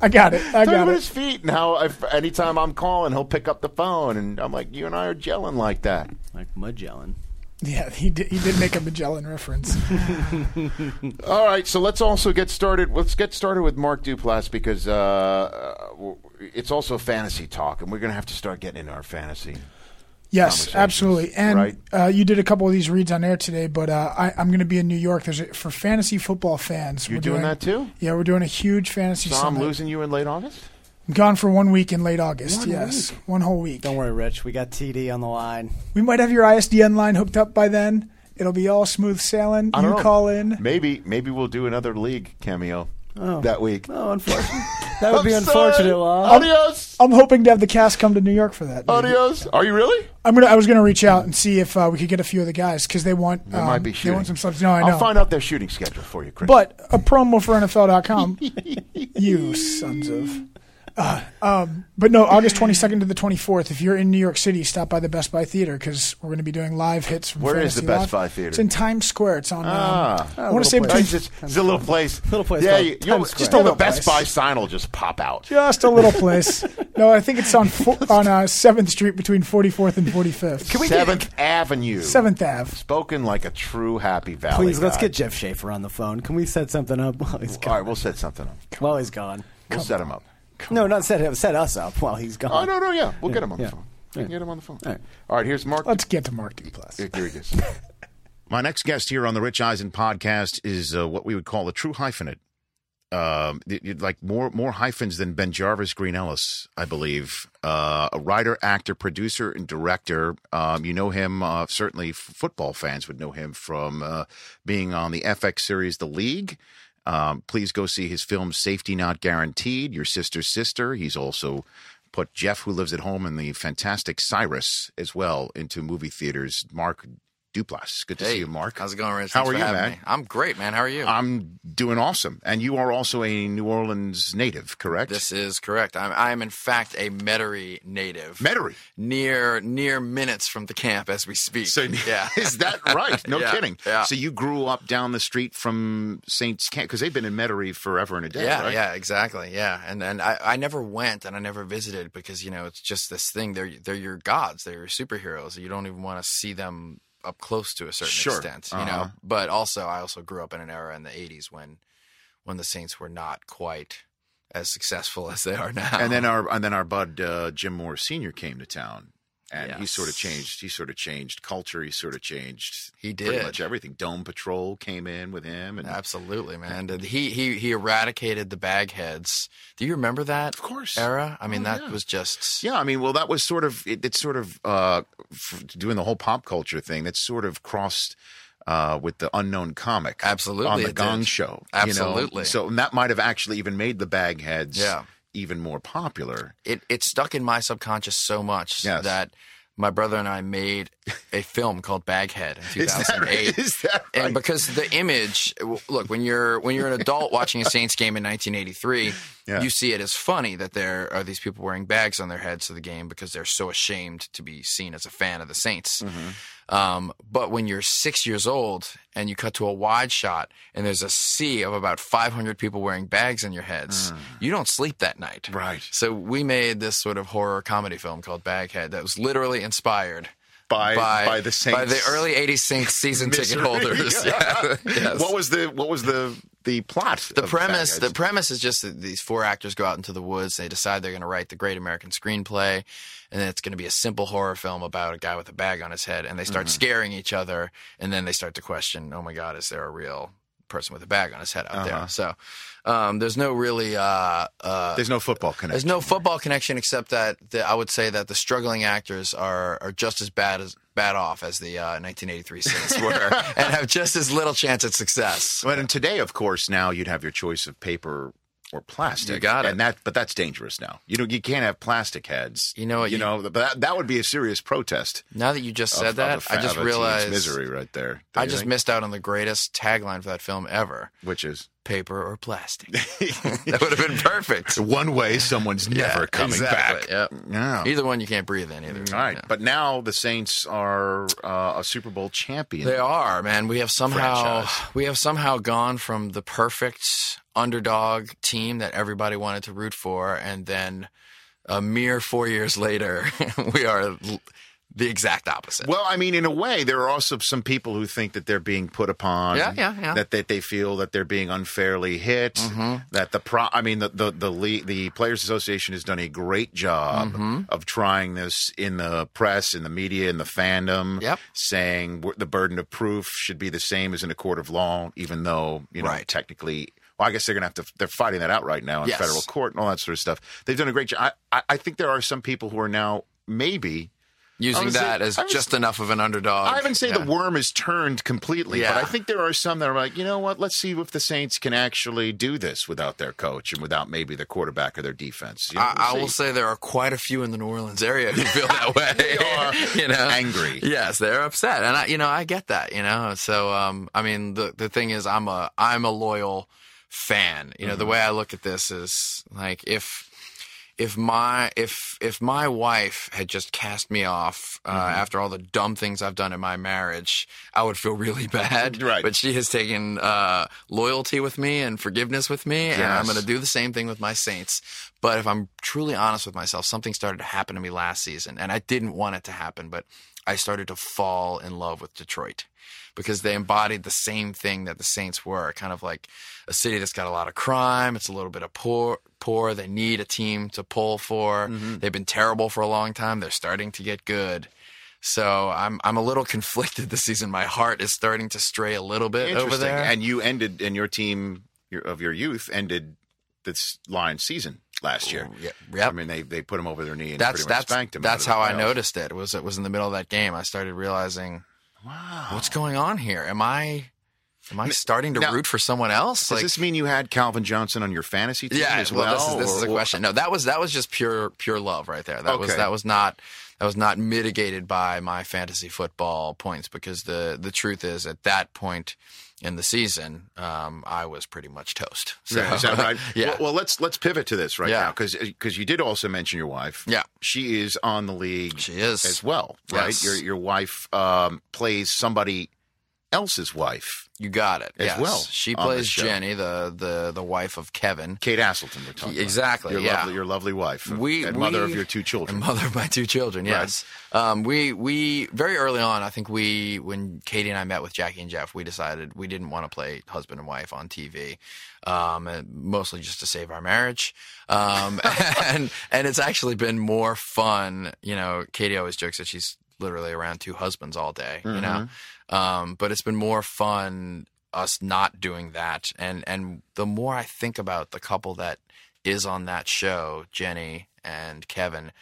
S7: I got it. I
S2: Talk
S7: got
S2: about
S7: it.
S2: his feet and how if, anytime I'm calling, he'll pick up the phone, and I'm like, you and I are gelling like that,
S6: like Magellan.
S7: Yeah, he did, he did make a Magellan reference.
S2: All right, so let's also get started. Let's get started with Mark Duplass because uh, uh, w- it's also fantasy talk, and we're going to have to start getting into our fantasy.
S7: Yes, absolutely. And
S2: right?
S7: uh, you did a couple of these reads on air today, but uh, I, I'm going to be in New York. There's a, for fantasy football fans.
S2: You're
S7: we're
S2: doing that too?
S7: Yeah, we're doing a huge fantasy.
S2: So I'm
S7: summit.
S2: losing you in late August.
S7: I'm gone for one week in late August.
S6: One
S7: yes, one whole week.
S6: Don't worry, Rich. We got TD on the line.
S7: We might have your ISDN line hooked up by then. It'll be all smooth sailing.
S2: I
S7: You
S2: don't know.
S7: call in.
S2: Maybe maybe we'll do another league cameo
S7: Oh.
S2: that week.
S6: Oh, unfortunate. That would
S2: I'm
S6: be
S2: sorry.
S6: unfortunate, Lon.
S12: Oh
S2: Adios.
S7: I'm hoping to have the cast come to New York for that. maybe.
S2: Adios. Are you really?
S7: I'm gonna. I was gonna reach out and see if uh, we could get a few of the guys because they want.
S2: They
S7: um,
S2: might be
S7: They
S2: shooting.
S7: want some subs. No, I know.
S2: will find out their shooting schedule for you, Chris.
S7: But a promo for NFL.com. you sons of. Uh, um, but no, August 22nd to the 24th. If you're in New York City, stop by the Best Buy Theater because we're going to be doing live hits. From
S2: Where is
S7: Fantasy
S2: the Best
S7: Live.
S2: Buy Theater?
S7: It's in Times Square. It's on. um,
S2: Ah.
S7: I want to say between
S2: It's, just- it's a little place. Little
S6: place
S2: Yeah,
S6: called
S2: you,
S6: Times
S2: you
S6: Square.
S2: just know the
S7: Little
S2: Best
S7: place.
S2: Buy sign will just pop out.
S7: just a little place. no, I think it's on fo- on uh, 7th Street between 44th and 45th.
S2: Seventh Avenue.
S7: Seventh Ave?
S2: Spoken like a true Happy Valley.
S6: Please, let's
S2: guy.
S6: get Jeff Schaefer on the phone. Can we set something up while he's
S2: All right,
S6: gone?
S2: we'll set something up.
S6: While he's gone.
S2: We'll set him up.
S6: No, not set him. Set us up while he's gone.
S2: Oh no, no, yeah, we'll
S6: Yeah,
S2: get him on
S6: yeah.
S2: the phone. We can get him on the phone.
S6: All right. Oh.
S2: All right, here's Mark.
S7: Let's get to Mark Duplass.
S2: Here here he is.
S5: My next guest here on the Rich Eisen podcast is uh, what we would call a true hyphenate. Um, th- th- like more more hyphens than Ben Jarvis Green Ellis, I believe. Uh, a writer, actor, producer, and director. Um, you know him uh, certainly. f- Football fans would know him from uh, being on the FX series The League. Um, please go see his film Safety Not Guaranteed. Your sister's sister. He's also put Jeff, who lives at home, and the fantastic Cyrus as well into movie theaters. Mark Duplass, good to see you, Mark.
S4: How's it going, Rich?
S5: How
S4: Thanks
S5: are
S4: for
S5: you,
S4: having
S5: man?
S4: me. I'm great, man. How are you?
S5: I'm doing awesome. And you are also a New Orleans native, correct?
S4: this is correct. I'm, I'm in fact a Metairie native.
S5: Metairie?
S4: Near near minutes from the camp as we speak.
S5: So-
S4: yeah.
S5: is that right? No
S4: Yeah,
S5: kidding.
S4: Yeah.
S5: So you grew up down the street from Saints Camp because they've been in Metairie forever and a day,
S4: yeah,
S5: right?
S4: yeah, exactly. Yeah. And and I, I never went and I never visited because, you know, it's just this thing. They're they're your gods, they're your superheroes. You don't even want to see them up close to a certain
S5: Sure.
S4: extent. You
S5: Uh-huh.
S4: know. But also I also grew up in an era in the eighties when when the Saints were not quite as successful as they are now.
S5: And then our and then our bud uh, Jim Moore Senior came to town, and he
S4: Yes.
S5: sort of changed. He sort of changed culture. He sort of changed.
S4: He
S5: pretty
S4: did.
S5: much everything. Dome Patrol came in with him, and
S4: Absolutely, man. Did He he he eradicated the bagheads. Do you remember that? Of
S5: course.
S4: Era. I mean,
S5: Oh,
S4: that
S5: yeah.
S4: was just
S5: Yeah, I mean, well, that was sort of it, it's sort of uh, f- doing the whole pop culture thing. That's sort of crossed uh, with the unknown comic,
S4: Absolutely,
S5: on the
S4: it
S5: Gong
S4: did.
S5: Show, You know?
S4: Absolutely.
S5: So and that might have actually even made the Bagheads,
S4: Yeah.
S5: even more popular.
S4: it. It stuck in my subconscious so much
S5: Yes.
S4: that my brother and I made a film called Baghead in 2008.
S5: Is that right?
S4: And because the image, w- look, when you're when you're an adult watching a Saints game in 1983,
S5: Yeah.
S4: you see it as funny that there are these people wearing bags on their heads to the game because they're so ashamed to be seen as a fan of the Saints.
S5: Mm-hmm.
S4: Um, but when you're six years old and you cut to a wide shot and there's a sea of about 500 people wearing bags on your heads, you don't sleep that night.
S5: Mm. Right.
S4: So we made this sort of horror comedy film called Baghead that was literally inspired
S5: By- by the
S4: by the
S5: Saints'
S4: early '80s Saints season ticket
S5: Misery.
S4: holders.
S5: Yeah.
S4: Yes.
S5: What was the what was the the plot?
S4: The
S5: of
S4: premise,
S5: Bagheads?
S4: the premise is just that these four actors go out into the woods. They decide they're going to write the great American screenplay, and then it's going to be a simple horror film about a guy with a bag on his head. And they start
S5: Mm-hmm.
S4: scaring each other, and then they start to question, "Oh my God, is there a real person with a bag on his head out
S5: Uh-huh.
S4: there?" So um, there's no really uh, uh,
S5: There's no football connection.
S4: there's no football connection except that the, I would say that the struggling actors are are just as bad as bad off as the uh, 1983 Saints were, and have just as little chance at success.
S5: But and today, of course, now you'd have your choice of paper or plastic.
S4: You got it.
S5: And that, but that's dangerous now. You know, you can't have plastic heads.
S4: You know what,
S5: You,
S4: you-
S5: know, but that, that would be a serious protest.
S4: Now that you just
S5: of-
S4: said
S5: of
S4: that,
S5: the fa-
S4: I just
S5: of a teen's
S4: realized
S5: misery right there. Don't
S4: I
S5: you
S4: just
S5: think?
S4: missed out on the greatest tagline for that film ever.
S5: which is
S4: paper or plastic. that would have been perfect.
S5: One way, someone's never coming
S4: exactly,
S5: back. Yeah.
S4: Either one you can't breathe in either.
S5: All right, but now the Saints are uh, a Super Bowl champion.
S4: They are, man. We have somehow
S5: Franchise.
S4: we have somehow gone from the perfect underdog team that everybody wanted to root for, and then a mere four years later, we are l- the exact opposite.
S5: Well, I mean, in a way, there are also some people who think that they're being put upon.
S4: Yeah, yeah, yeah. Mm-hmm.
S5: That, that they feel that they're being unfairly hit. That the pro, I mean, the the the, le- the Players Association has done a great job
S4: Mm-hmm.
S5: of trying this in the press, in the media, in the fandom.
S4: Yep.
S5: Saying w- the burden of proof should be the same as in a court of law, even though you know
S4: Right.
S5: technically. Well, I guess they're gonna have to. They're fighting that out right now in
S4: Yes.
S5: federal court and all that sort of stuff. They've done a great job. I, I, I think there are some people who are now maybe I
S4: Using
S5: would say-
S4: that as
S5: I would
S4: just enough of an underdog.
S5: I haven't say
S4: Yeah.
S5: the worm is turned completely,
S4: Yeah.
S5: but I think there are some that are like, you know what? Let's see if the Saints can actually do this without their coach and without maybe the quarterback or their defense. You know,
S4: I, I
S5: we'll
S4: will
S5: see.
S4: say there are quite a few in the New Orleans area who feel that way.
S5: They are
S4: you know,
S5: angry.
S4: Yes, they're upset, and I, you know, I get that. You know, so um, I mean, the the thing is, I'm a I'm a loyal fan. You know,
S5: Mm-hmm.
S4: the way I look at this is like if if my if if my wife had just cast me off uh,
S5: Mm-hmm.
S4: after all the dumb things I've done in my marriage, I would feel really bad.
S5: Right.
S4: But she has taken uh, loyalty with me and forgiveness with me, and I'm
S5: Yes.
S4: going to do the same thing with my Saints. But if I'm truly honest with myself, something started to happen to me last season, and I didn't want it to happen, but I started to fall in love with Detroit because they embodied the same thing that the Saints were kind of like a city that's got a lot of crime. It's a little bit of poor. Poor. They need a team to pull for. They've been terrible for a long time. They're starting to get good. So I'm I'm a little conflicted this season. My heart is starting to stray a little bit over
S5: Interesting.
S4: there.
S5: And you ended, and your team your, of your youth ended this Lions season last year.
S4: yeah, yep.
S5: I mean, they they put them over their knee and
S4: that's
S5: pretty much
S4: that's
S5: spanked them.
S4: that's how I noticed it. Was it was in the middle of that game? I started realizing
S5: Wow.
S4: what's going on here. Am I am I starting to
S5: now-
S4: root for someone else?
S5: Does this mean you had Calvin Johnson on your fantasy team
S4: yeah,
S5: as well?
S4: this is, this is a
S5: or-
S4: question. No, that was that was just pure pure love right there. That was
S5: Okay.
S4: that was not that was not mitigated by my fantasy football points because the the truth is at that point in the season, um, I was pretty much toast. So,
S5: Yeah, is that right?
S4: yeah.
S5: Well, well, let's let's pivot to this right
S4: Yeah.
S5: now because you did also mention your wife.
S4: Yeah.
S5: she is on the league.
S4: She is.
S5: as well, right?
S4: Yes.
S5: Your your wife um, plays somebody else's wife,
S4: you got it.
S5: as
S4: yes.
S5: well
S4: She
S5: on the
S4: plays
S5: show.
S4: Jenny, the the the wife of Kevin.
S5: Kate Asselton. We're talking about.
S4: Exactly,
S5: Your
S4: yeah.
S5: lovely, your lovely wife.
S4: we
S5: and mother
S4: we-
S5: of your two children.
S4: and mother of my two children. Yes, um, we we very early on, I think we when Katie and I met with Jackie and Jeff, we decided we didn't want to play husband and wife on TV, um, and mostly just to save our marriage. Um, and and it's actually been more fun. You know, Katie always jokes that she's literally around two husbands all day. You know, um, but it's been more fun us not doing that and and the more i think about the couple that is on that show jenny and kevin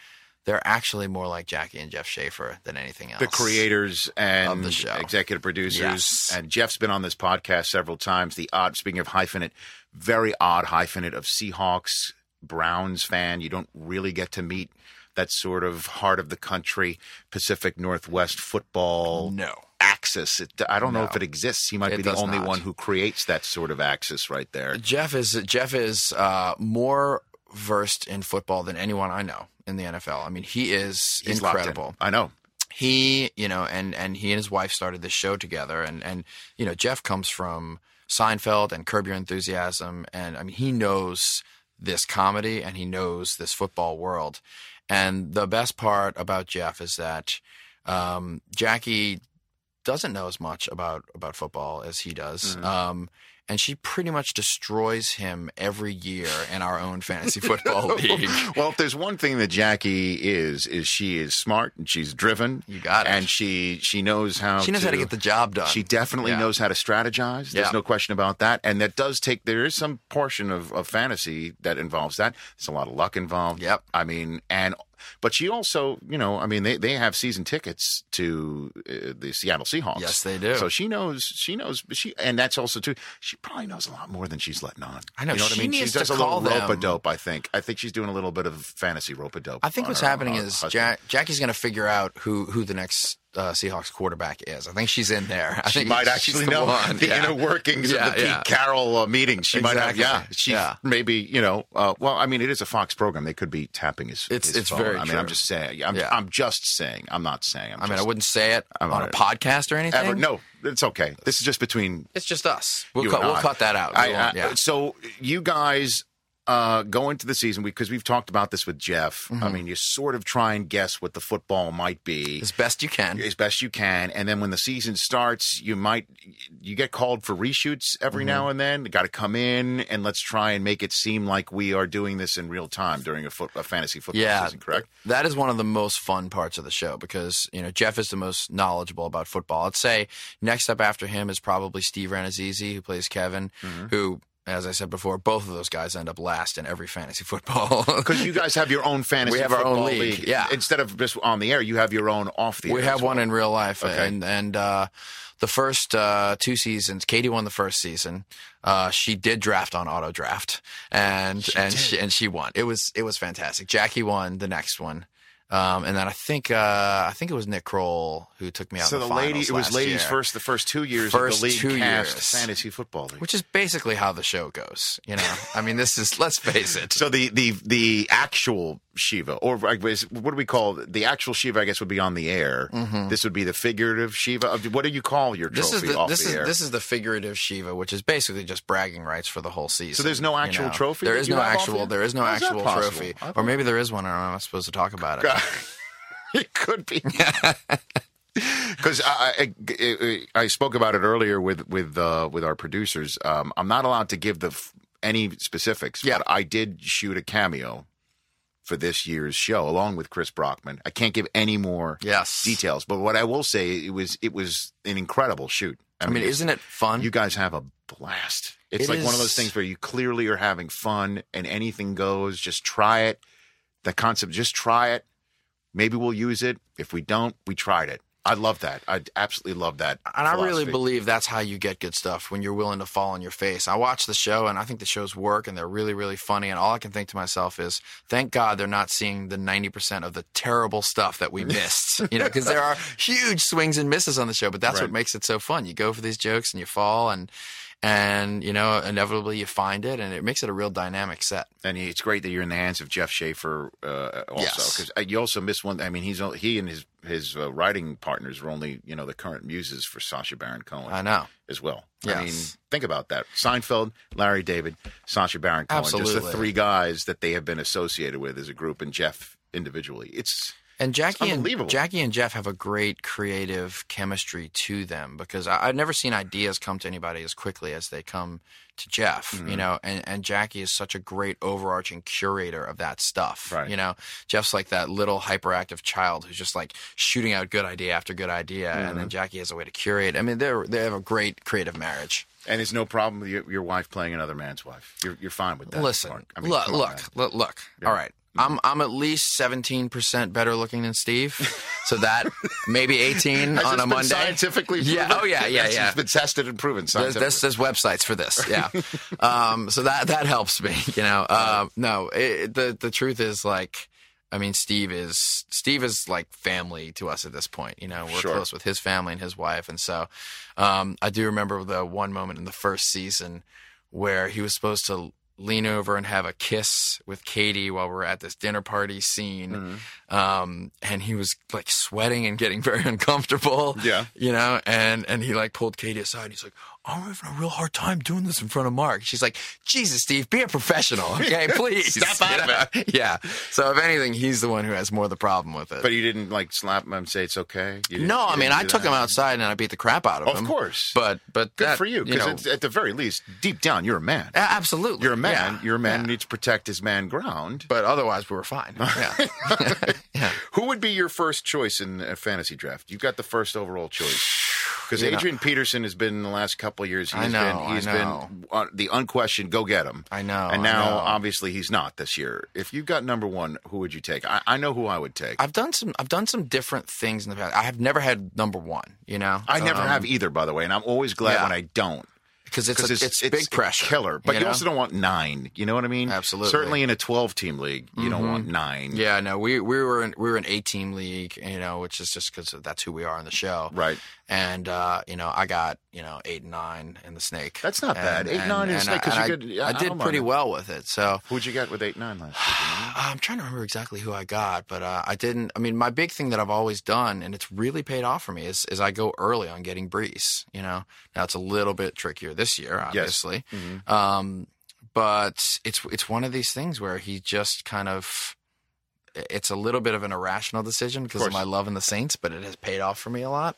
S4: they're actually more like jackie and jeff schaefer than anything else
S5: the creators and
S4: Of the show.
S5: executive producers.
S4: Yes.
S5: And Jeff's been on this podcast several times. The odd, speaking of hyphenate, very odd hyphenate of Seahawks, Browns fan. You don't really get to meet that sort of heart of the country, Pacific Northwest football.
S4: no
S5: Axis. It, I don't know if it exists. He might
S4: It
S5: be the
S4: does
S5: only
S4: not.
S5: one who creates that sort of axis right there.
S4: jeff is jeff is uh more versed in football than anyone i know in the nfl i mean he is
S5: He's locked in.
S4: incredible
S5: I know.
S4: he you know and and he and his wife started this show together and and you know jeff comes from seinfeld and curb your enthusiasm and i mean he knows this comedy and he knows this football world and the best part about jeff is that um, jackie doesn't know as much about about football as he does
S5: Mm-hmm.
S4: um, and she pretty much destroys him every year in our own fantasy football league
S5: Well, if there's one thing that Jackie is, is she is smart and she's driven.
S4: You got it.
S5: And she she knows how.
S4: she knows
S5: to,
S4: how to get the job done
S5: She definitely
S4: Yeah.
S5: knows how to strategize. There's
S4: Yeah.
S5: no question about that. And that does take. There is some portion of, of fantasy that involves that. There's a lot of luck involved.
S4: Yep.
S5: I mean, and but she also, you know, I mean, they, they have season tickets to uh, the Seattle Seahawks.
S4: Yes, they do.
S5: So she knows. She knows. She and that's also too. She probably knows a lot more than she's letting on.
S4: I know.
S5: You know what
S4: She
S5: I mean?
S4: needs
S5: she does
S4: to
S5: a little
S4: call them.
S5: rope a dope. I think. I think she's doing a little bit of fantasy rope a dope.
S4: I think what's happening is Jack, Jackie's going to figure out who who the next uh, Seahawks quarterback is. I think she's in there. I
S5: She
S4: think
S5: might
S4: she's
S5: actually
S4: the
S5: know
S4: one.
S5: the
S4: Yeah.
S5: inner workings
S4: Yeah,
S5: of the
S4: yeah.
S5: Pete Carroll uh, meetings. She might have,
S4: Exactly.
S5: yeah. She
S4: Yeah.
S5: maybe, you know, uh, well, I mean, it is a Fox program. They could be tapping his.
S4: It's-
S5: his
S4: it's
S5: phone.
S4: very
S5: I mean,
S4: true.
S5: I'm just saying. I'm,
S4: Yeah.
S5: I'm just saying. I'm not saying. I'm
S4: I mean,
S5: just-
S4: I wouldn't say it
S5: I'm
S4: on
S5: not
S4: a
S5: it.
S4: podcast or anything.
S5: Ever, no, it's okay. This is just between
S4: It's just us. We'll,
S5: you
S4: cut,
S5: and
S4: we'll
S5: I.
S4: cut that out.
S5: I-
S4: We won't-
S5: I-
S4: yeah.
S5: So you guys uh, go into the season because we've talked about this with Jeff.
S4: Mm-hmm.
S5: I mean, you sort of try and guess what the football might be
S4: As best you can.
S5: as best you can, and then when the season starts, you might you get called for reshoots
S4: Mm-hmm.
S5: every now and then. Got to come in and let's try and make it seem like we are doing this in real time during a, foot, a fantasy football
S4: Yeah.
S5: season. Correct?
S4: That is one of the most fun parts of the show because, you know, Jeff is the most knowledgeable about football. I'd say next up after him is probably Steve Ranazizi, who plays Kevin,
S5: Mm-hmm.
S4: who, as I said before, both of those guys end up last in every fantasy football.
S5: Because you guys have your own fantasy.
S4: We have our own
S5: football
S4: league, yeah.
S5: Instead of just on the air, you have your own off the.
S4: we
S5: air
S4: have
S5: as
S4: one
S5: well.
S4: in real life,
S5: Okay.
S4: and and uh, the first uh, two seasons, Katie won the first season. Uh, she did draft on auto draft, and and she, and she won. It was it was fantastic. Jackie won the next one, um, and then I think uh, I think it was Nick Kroll who took me out.
S5: So
S4: in
S5: the,
S4: the,
S5: lady,
S4: finals
S5: it was
S4: last
S5: ladies
S4: year,
S5: first. The first two years of
S4: First
S5: the league
S4: two
S5: cast
S4: years.
S5: fantasy football league.
S4: which is basically how the show goes. You know, I mean, this is let's face it.
S5: so the the the actual Shiva, or I guess- what do we call it? the actual Shiva? I guess would be on the air. This would be the figurative Shiva. What do you call your trophy
S4: Mm-hmm. This is the
S5: off
S4: this
S5: the
S4: is
S5: air?
S4: this is the figurative Shiva, which is basically just bragging rights for the whole season.
S5: So there's no
S4: you
S5: actual
S4: know?
S5: trophy
S4: There
S5: that
S4: is
S5: you
S4: no
S5: have off
S4: actual.
S5: the-
S4: There is no
S5: How is that
S4: actual
S5: possible?
S4: trophy,
S5: I
S4: or
S5: thought-
S4: maybe there is one, and I'm not supposed to talk about it.
S5: it could be because I, I, I I spoke about it earlier with with uh, with our producers. Um, I'm not allowed to give the f- any specifics.
S4: Yeah.
S5: but I did shoot a cameo for this year's show along with Chris Brockman. I can't give any more
S4: Yes.
S5: details, but what I will say it was it was an incredible shoot.
S4: I mean, isn't it fun?
S5: you guys have a blast. It's
S4: It
S5: like one of
S4: is-
S5: those things where you clearly are having fun and anything goes. Just try it. The concept, just try it. Maybe we'll use it. If we don't, we tried it. I love that. I absolutely love that.
S4: and I really
S5: philosophy.
S4: believe that's how you get good stuff when you're willing to fall on your face. I watch the show and I think the shows work and they're really, really funny. And all I can think to myself is, thank God they're not seeing the 90% of the terrible stuff that we missed, you know, because there are huge swings and misses on the show, but that's
S5: Right.
S4: what makes it so fun. You go for these jokes and you fall and, and, you know, inevitably you find it and it makes it a real dynamic set.
S5: and it's great that you're in the hands of Jeff Schaefer. Uh, also,
S4: Yes.
S5: because you also miss one. I mean, he's o- he and his his uh, writing partners were only you know the current muses for Sasha Baron Cohen.
S4: I know.
S5: as well. I
S4: Yes.
S5: mean, think about that. Seinfeld, Larry David, Sasha Baron Cohen, just the
S4: Absolutely.
S5: three guys that they have been associated with as a group and Jeff individually. It's
S4: And Jackie
S5: unbelievable.
S4: and Jackie and Jeff have a great creative chemistry to them because I, I've never seen ideas come to anybody as quickly as they come to Jeff.
S5: Mm-hmm.
S4: You know, and, and Jackie is such a great overarching curator of that stuff.
S5: Right.
S4: You know, Jeff's like that little hyperactive child who's just like shooting out good idea after good idea, and
S5: Mm-hmm.
S4: then Jackie has a way to curate. I mean, they're they have a great creative marriage.
S5: and it's no problem with your, your wife playing another man's wife. You're you're fine with that.
S4: Listen,
S5: Mark.
S4: loo-
S5: come on,
S4: look,
S5: man. Mm-hmm.
S4: look, look. All right. I'm I'm at least seventeen percent better looking than Steve, so that maybe eighteen
S5: Has
S4: on
S5: this
S4: a
S5: been
S4: Monday.
S5: scientifically
S4: Yeah,
S5: proven?
S4: oh, yeah, yeah,
S5: It's-
S4: yeah.
S5: It's been tested and proven
S4: There's,
S5: scientifically.
S4: there's, there's websites for this, yeah. um, so that that helps me, you know. Um, no, it, the the truth is like, I mean, Steve is Steve is like family to us at this point. You know, we're
S5: Sure.
S4: close with his family and his wife, and so um, I do remember the one moment in the first season where he was supposed to lean over and have a kiss with Katie while we're at this dinner party scene.
S5: Mm-hmm.
S4: Um, and he was like sweating and getting very uncomfortable.
S5: Yeah.
S4: You know, and, and he like pulled Katie aside and he's like, I'm having a real hard time doing this in front of Mark. She's like, Jesus, Steve, be a professional. Okay, please.
S5: Step out
S4: You
S5: of
S4: know? Yeah. So if anything, he's the one who has more of the problem with it.
S5: but you didn't like slap him and say it's okay. You didn't-
S4: no,
S5: you
S4: I mean,
S5: didn't
S4: I
S5: do
S4: took
S5: that?
S4: him outside and I beat the crap out of
S5: Of
S4: him.
S5: course.
S4: But, but
S5: Good
S4: that,
S5: for you Ah,
S4: know,
S5: because at the very least, deep down, you're a man.
S4: a- absolutely.
S5: You're a man.
S4: Yeah.
S5: You're a man
S4: Yeah.
S5: who needs to protect his man ground.
S4: but otherwise we were fine. Yeah. yeah.
S5: Who would be your first choice in a fantasy draft? You got the first overall choice. Because
S4: You know-
S5: Adrian Peterson has been in the last couple of years. He's
S4: I know,
S5: Been, he's
S4: I know.
S5: been uh, the unquestioned go get him.
S4: I know,
S5: And
S4: I
S5: now,
S4: know.
S5: obviously, he's not this year. If you got number one, who would you take? I, I know who I would take. i
S4: I've done some I've done some different things in the past. I have never had number one, you know.
S5: never
S4: Um,
S5: have either, by the way, and I'm always glad
S4: yeah.
S5: when I don't.
S4: because it's, a- it's, big pressure.
S5: killer. But you,
S4: know?
S5: also don't want nine. You know what I mean?
S4: Absolutely.
S5: Certainly in a twelve team league, you don't
S4: Mhm.
S5: want nine.
S4: Yeah, no, we we were in, we were an eight team league, you know, which is just because that's who we are in the show,
S5: Right.
S4: And uh, you know, I got you know eight and nine in the snake.
S5: That's not bad. Eight, nine in the snake, 'cause
S4: and
S5: you
S4: I-
S5: could- yeah, I
S4: I did
S5: don't
S4: pretty
S5: mind it.
S4: well with it. So
S5: Who'd you get with eight nine last?
S4: I'm trying to remember exactly who I got, but uh, I didn't. I mean, my big thing that I've always done, and it's really paid off for me, is is I go early on getting Brees. You know, now it's a little bit trickier this year, obviously.
S5: Mm-hmm.
S4: Um, but it's it's one of these things where he just kind of it's a little bit of an irrational decision because of,
S5: course. Mm-hmm.
S4: my love in the Saints, but it has paid off for me a lot.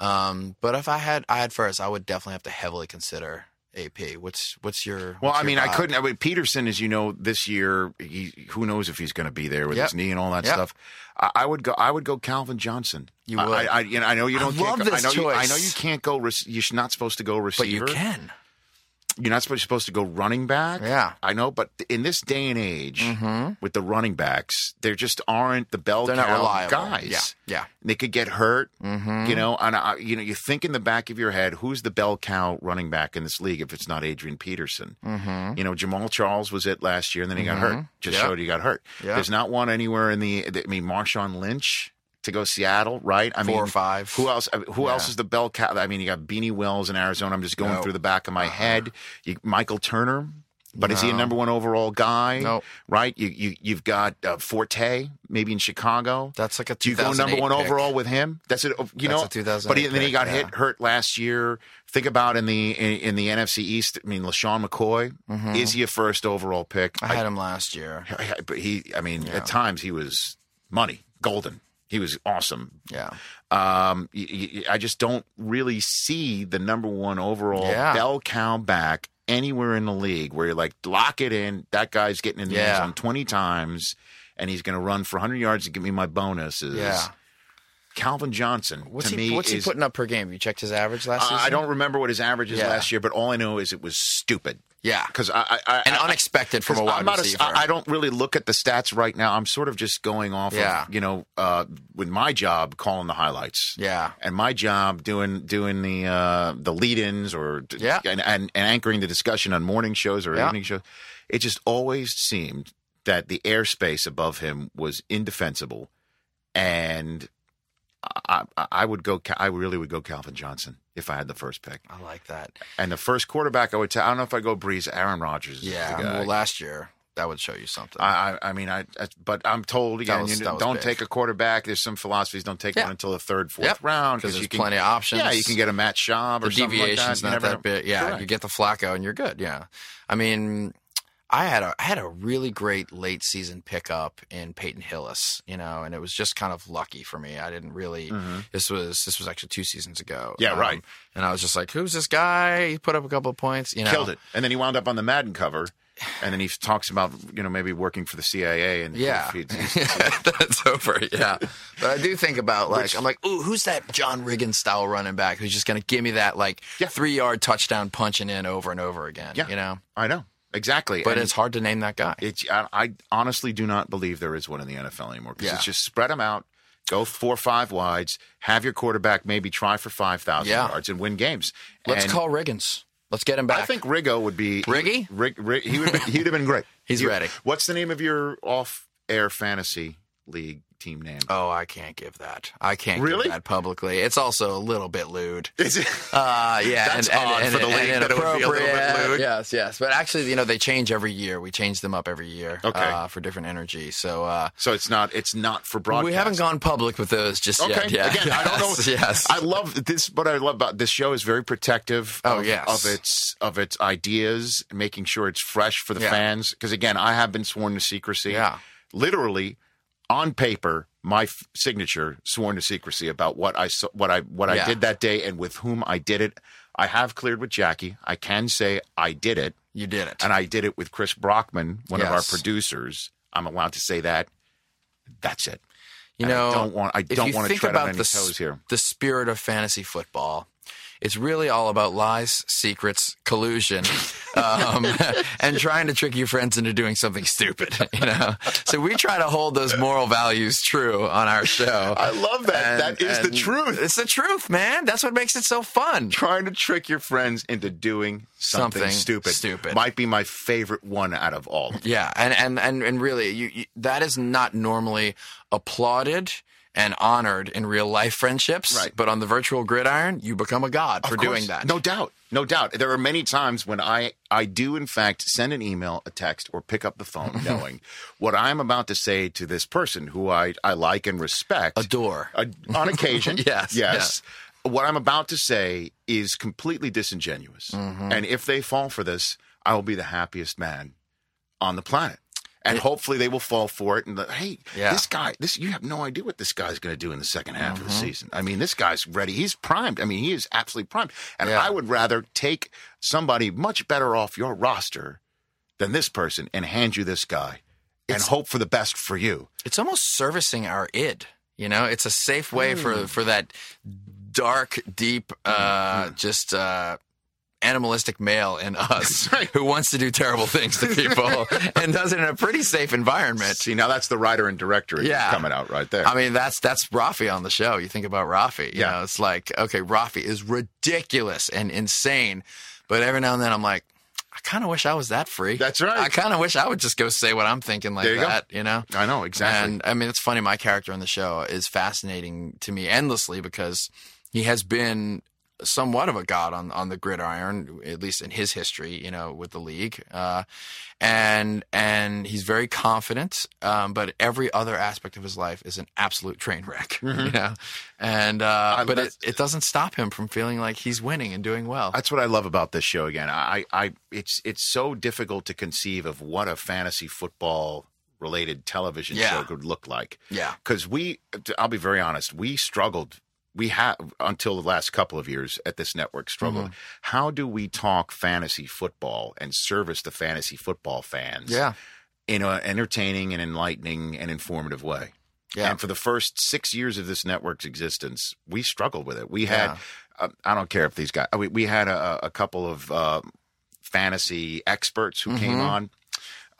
S4: Um, but if I had I had first, I would definitely have to heavily consider AP. What's what's your
S5: Well,
S4: what's
S5: I
S4: your
S5: mean, I
S4: vibe?
S5: couldn't. I mean, Peterson, as you know, this year, he, who knows if he's going to be there with
S4: Yep.
S5: his knee and all that
S4: Yep.
S5: stuff. I, I would go. I would go Calvin Johnson.
S4: You
S5: I-
S4: would.
S5: I, I, you know, I know you
S4: I
S5: don't.
S4: love
S5: can't, go- I
S4: this
S5: know You, I
S4: choice.
S5: know you can't go. Re- you're not supposed to go
S4: but you
S5: receiver.
S4: can.
S5: You're not supposed, supposed to go running back.
S4: Yeah. Mm-hmm.
S5: I know. But in this day and age, with the running backs, there just aren't the bell
S4: They're
S5: cow
S4: not reliable.
S5: guys.
S4: Yeah. Yeah.
S5: They could get hurt,
S4: Mhm.
S5: you know. And I, you know, you think in the back of your head, who's the bell cow running back in this league if it's not Adrian Peterson?
S4: Mm-hmm.
S5: You know, Jamal Charles was it last year, and then he
S4: Mhm.
S5: got hurt. Just
S4: Yeah.
S5: showed he got hurt.
S4: Yeah.
S5: There's not one anywhere in the. I mean, Marshawn Lynch to go Seattle, right? I
S4: Four
S5: mean,
S4: or five.
S5: Who else? I mean, Who else
S4: Yeah.
S5: is the bell cow? I mean, you got Beanie Wells in Arizona. I'm just going
S4: No. Uh-huh.
S5: through the back of my head. You, Michael Turner, but is he a
S4: No.
S5: number one overall guy?
S4: No.
S5: Right? You you you've got uh, Forte maybe in Chicago.
S4: That's like a
S5: Do you go number
S4: 2008
S5: one
S4: pick.
S5: overall with him? That's it. You
S4: That's
S5: know,
S4: a 2008
S5: but he, then he
S4: pick,
S5: got
S4: yeah.
S5: hit hurt last year. Think about in the in, in the NFC East. I mean, Lashawn McCoy
S4: Mm-hmm.
S5: is he a first overall pick?
S4: I had him last year.
S5: I- I- but he, I mean, at times he was money, golden. He was awesome.
S4: Yeah.
S5: Um, y- y- y- I just don't really see the number one overall
S4: Yeah.
S5: bell cow back anywhere in the league where you're like, lock it in. That guy's getting in the end
S4: Yeah.
S5: zone 20 times and he's going to run for 100 yards to give me my bonuses.
S4: Yeah.
S5: Calvin Johnson,
S4: What's
S5: to
S4: he
S5: me,
S4: what's
S5: is.
S4: he putting up per game? You checked his average last
S5: I-
S4: season?
S5: I don't remember what his average is
S4: Yeah.
S5: last year, but all I know is it was stupid.
S4: Yeah.
S5: Because I, I, I,
S4: And
S5: I-
S4: unexpected from a
S5: 'Cause
S4: wide
S5: I'm not a-
S4: receiver.
S5: I I don't really look at the stats right now. I'm sort of just going off
S4: Yeah.
S5: of, you know, uh, with my job calling the highlights.
S4: yeah.
S5: And my job doing doing the uh, the lead ins or d-
S4: Yeah.
S5: and, and, and anchoring the discussion on morning shows or
S4: Yeah.
S5: evening shows. It just always seemed that the airspace above him was indefensible, and I, I, I would go. Ca- I really would go Calvin Johnson if I had the first pick.
S4: I like that.
S5: And the first quarterback I would tell. I don't know if I go Breeze. Aaron Rodgers. Is
S4: Yeah.
S5: the guy.
S4: Well last year that would show you something.
S5: I, I I mean, I, I- but I'm told again,
S4: was-
S5: you
S4: that was
S5: don't
S4: big.
S5: take a quarterback. There's some philosophies don't take
S4: Yeah.
S5: one until the third, fourth
S4: Yep.
S5: round
S4: 'Cause there's
S5: you can-
S4: plenty of options.
S5: Yeah, you can get a Matt Schaub or
S4: the
S5: something like that.
S4: deviation's
S5: You
S4: not
S5: never
S4: that
S5: know.
S4: big. Yeah,
S5: Correct.
S4: you get the Flacco and you're good. Yeah, I mean, I had a I had a really great late season pickup in Peyton Hillis, you know, and it was just kind of lucky for me. I didn't really. This was this was actually two seasons ago.
S5: Mm-hmm.
S4: Um,
S5: Yeah, right.
S4: And I was just like, who's this guy? He put up a couple of points. You know,
S5: killed it, and then he wound up on the Madden cover, and then he talks about you know maybe working for the CIA and
S4: Yeah,
S5: he- he-
S4: that's over. Yeah, but I do think about like
S5: Which-
S4: I'm like, ooh, who's that John Riggins style running back who's just going to give me that like
S5: Yeah.
S4: three yard touchdown punching in over and over again?
S5: Yeah.
S4: you know.
S5: I know exactly,
S4: But
S5: And
S4: it's hard to name that guy.
S5: it's I, I honestly do not believe there is one in the NFL anymore because
S4: Yeah.
S5: it's just spread them out. Go four, five wides. Have your quarterback maybe try for five thousand
S4: Yeah.
S5: yards and win games.
S4: Let's
S5: And-
S4: call Riggins. Let's get him back.
S5: I think Rigo would be
S4: Riggy?
S5: Rig, Rig, he would he would have been great.
S4: He's
S5: He-
S4: ready.
S5: What's the name of your off-air fantasy league team name?
S4: Oh, I can't give that. I can't
S5: Really?
S4: give that publicly. It's also a little bit lewd.
S5: Is it?
S4: Uh, yeah,
S5: That's
S4: and, and,
S5: odd
S4: and,
S5: for the
S4: and
S5: league that it would be a little bit
S4: inappropriate.
S5: lewd.
S4: Yes, yes. But actually, you know, they change every year. We change them up every year
S5: Okay.
S4: uh, for different energy. So uh,
S5: so it's not it's not for broadcast.
S4: we haven't gone public with those just
S5: Okay.
S4: yet. Yeah.
S5: Again, I don't know.
S4: Yes, Yes.
S5: I love this. What I love about this show is very protective.
S4: Oh,
S5: of,
S4: yes.
S5: of its of its ideas, making sure it's fresh for the
S4: Yeah.
S5: fans. Because again, I have been sworn to secrecy.
S4: Yeah.
S5: literally on paper, my f- signature sworn to secrecy about what I saw, what I what I
S4: Yeah.
S5: did that day and with whom I did it. I have cleared with Jackie. I can say I did it,
S4: you did it.
S5: and I did it with Chris Brockman, one of our
S4: Yes.
S5: producers. I'm allowed to say that. That's it.
S4: You
S5: And I
S4: know,
S5: don't want- I
S4: if
S5: don't
S4: you
S5: wanna
S4: think
S5: tread on
S4: about
S5: any
S4: the s-
S5: toes here.
S4: The spirit of fantasy football It's really all about lies, secrets, collusion, um, and trying to trick your friends into doing something stupid. You know, so we try to hold those moral values true on our show.
S2: I love that. That is the truth.
S4: It's the truth, man. That's what makes it so fun.
S5: Trying to trick your friends into doing something,
S4: Something
S5: stupid.
S4: stupid.
S5: might be my favorite one out of all.
S4: Yeah, and and and and really, you, you, that is not normally applauded and honored in real life friendships.
S5: Right.
S4: But on the virtual gridiron, you become a god
S5: Of
S4: for
S5: course.
S4: doing that.
S5: No doubt. No doubt. There are many times when I, I do, in fact, send an email, a text, or pick up the phone knowing what I'm about to say to this person who I, I like and respect.
S4: Adore.
S5: Uh, on occasion.
S4: Yes,
S5: Yes. What I'm about to say is completely disingenuous.
S4: Mm-hmm.
S5: And if they fall for this, I will be the happiest man on the planet. And hopefully they will fall for it. And the, hey,
S4: Yeah.
S5: this guy, this you have no idea what this guy's going to do in the second half
S4: Mm-hmm.
S5: of the season. I mean, this guy's ready. He's primed. I mean, he is absolutely primed. And
S4: Yeah.
S5: I would rather take somebody much better off your roster than this person and hand you this guy and hope for the best for you.
S4: It's almost servicing our id. You know, it's a safe way
S5: Hmm.
S4: for for that dark, deep,
S5: Hmm.
S4: uh, just. Uh, Animalistic male in us who wants to do terrible things to people and does it in a pretty safe environment.
S5: See, now that's the writer and director in you
S4: Yeah.
S5: coming out right there.
S4: I mean, that's that's Rafi on the show. You think about Rafi. You
S5: Yeah.
S4: know, it's like, okay, Rafi is ridiculous and insane. But every now and then I'm like, I kind of wish I was that free.
S5: That's right.
S4: I kind of wish I would just go say what I'm thinking like
S5: There you go.
S4: that, you know?
S5: I know, exactly.
S4: And I mean, it's funny. My character on the show is fascinating to me endlessly because he has been somewhat of a god on on the gridiron, at least in his history, you know, with the league. Uh, and and he's very confident, um, but every other aspect of his life is an absolute train wreck. You know, and uh,
S5: Mm-hmm. I-
S4: but it,
S5: that's-
S4: it doesn't stop him from feeling like he's winning and doing well.
S5: That's what I love about this show. Again, I, I, it's, it's so difficult to conceive of what a fantasy football related television
S4: Yeah.
S5: show could look like.
S4: yeah,
S5: Because we, I'll be very honest, we struggled. We have until the last couple of years at this network struggled.
S4: Mm-hmm.
S5: How do we talk fantasy football and service the fantasy football fans?
S4: yeah,
S5: in an entertaining and enlightening and informative way.
S4: yeah.
S5: And for the first six years of this network's existence, we struggled with it. We had,
S4: Yeah.
S5: uh, I don't care if these guys, we, we had a, a couple of uh, fantasy experts who came
S4: Mm-hmm.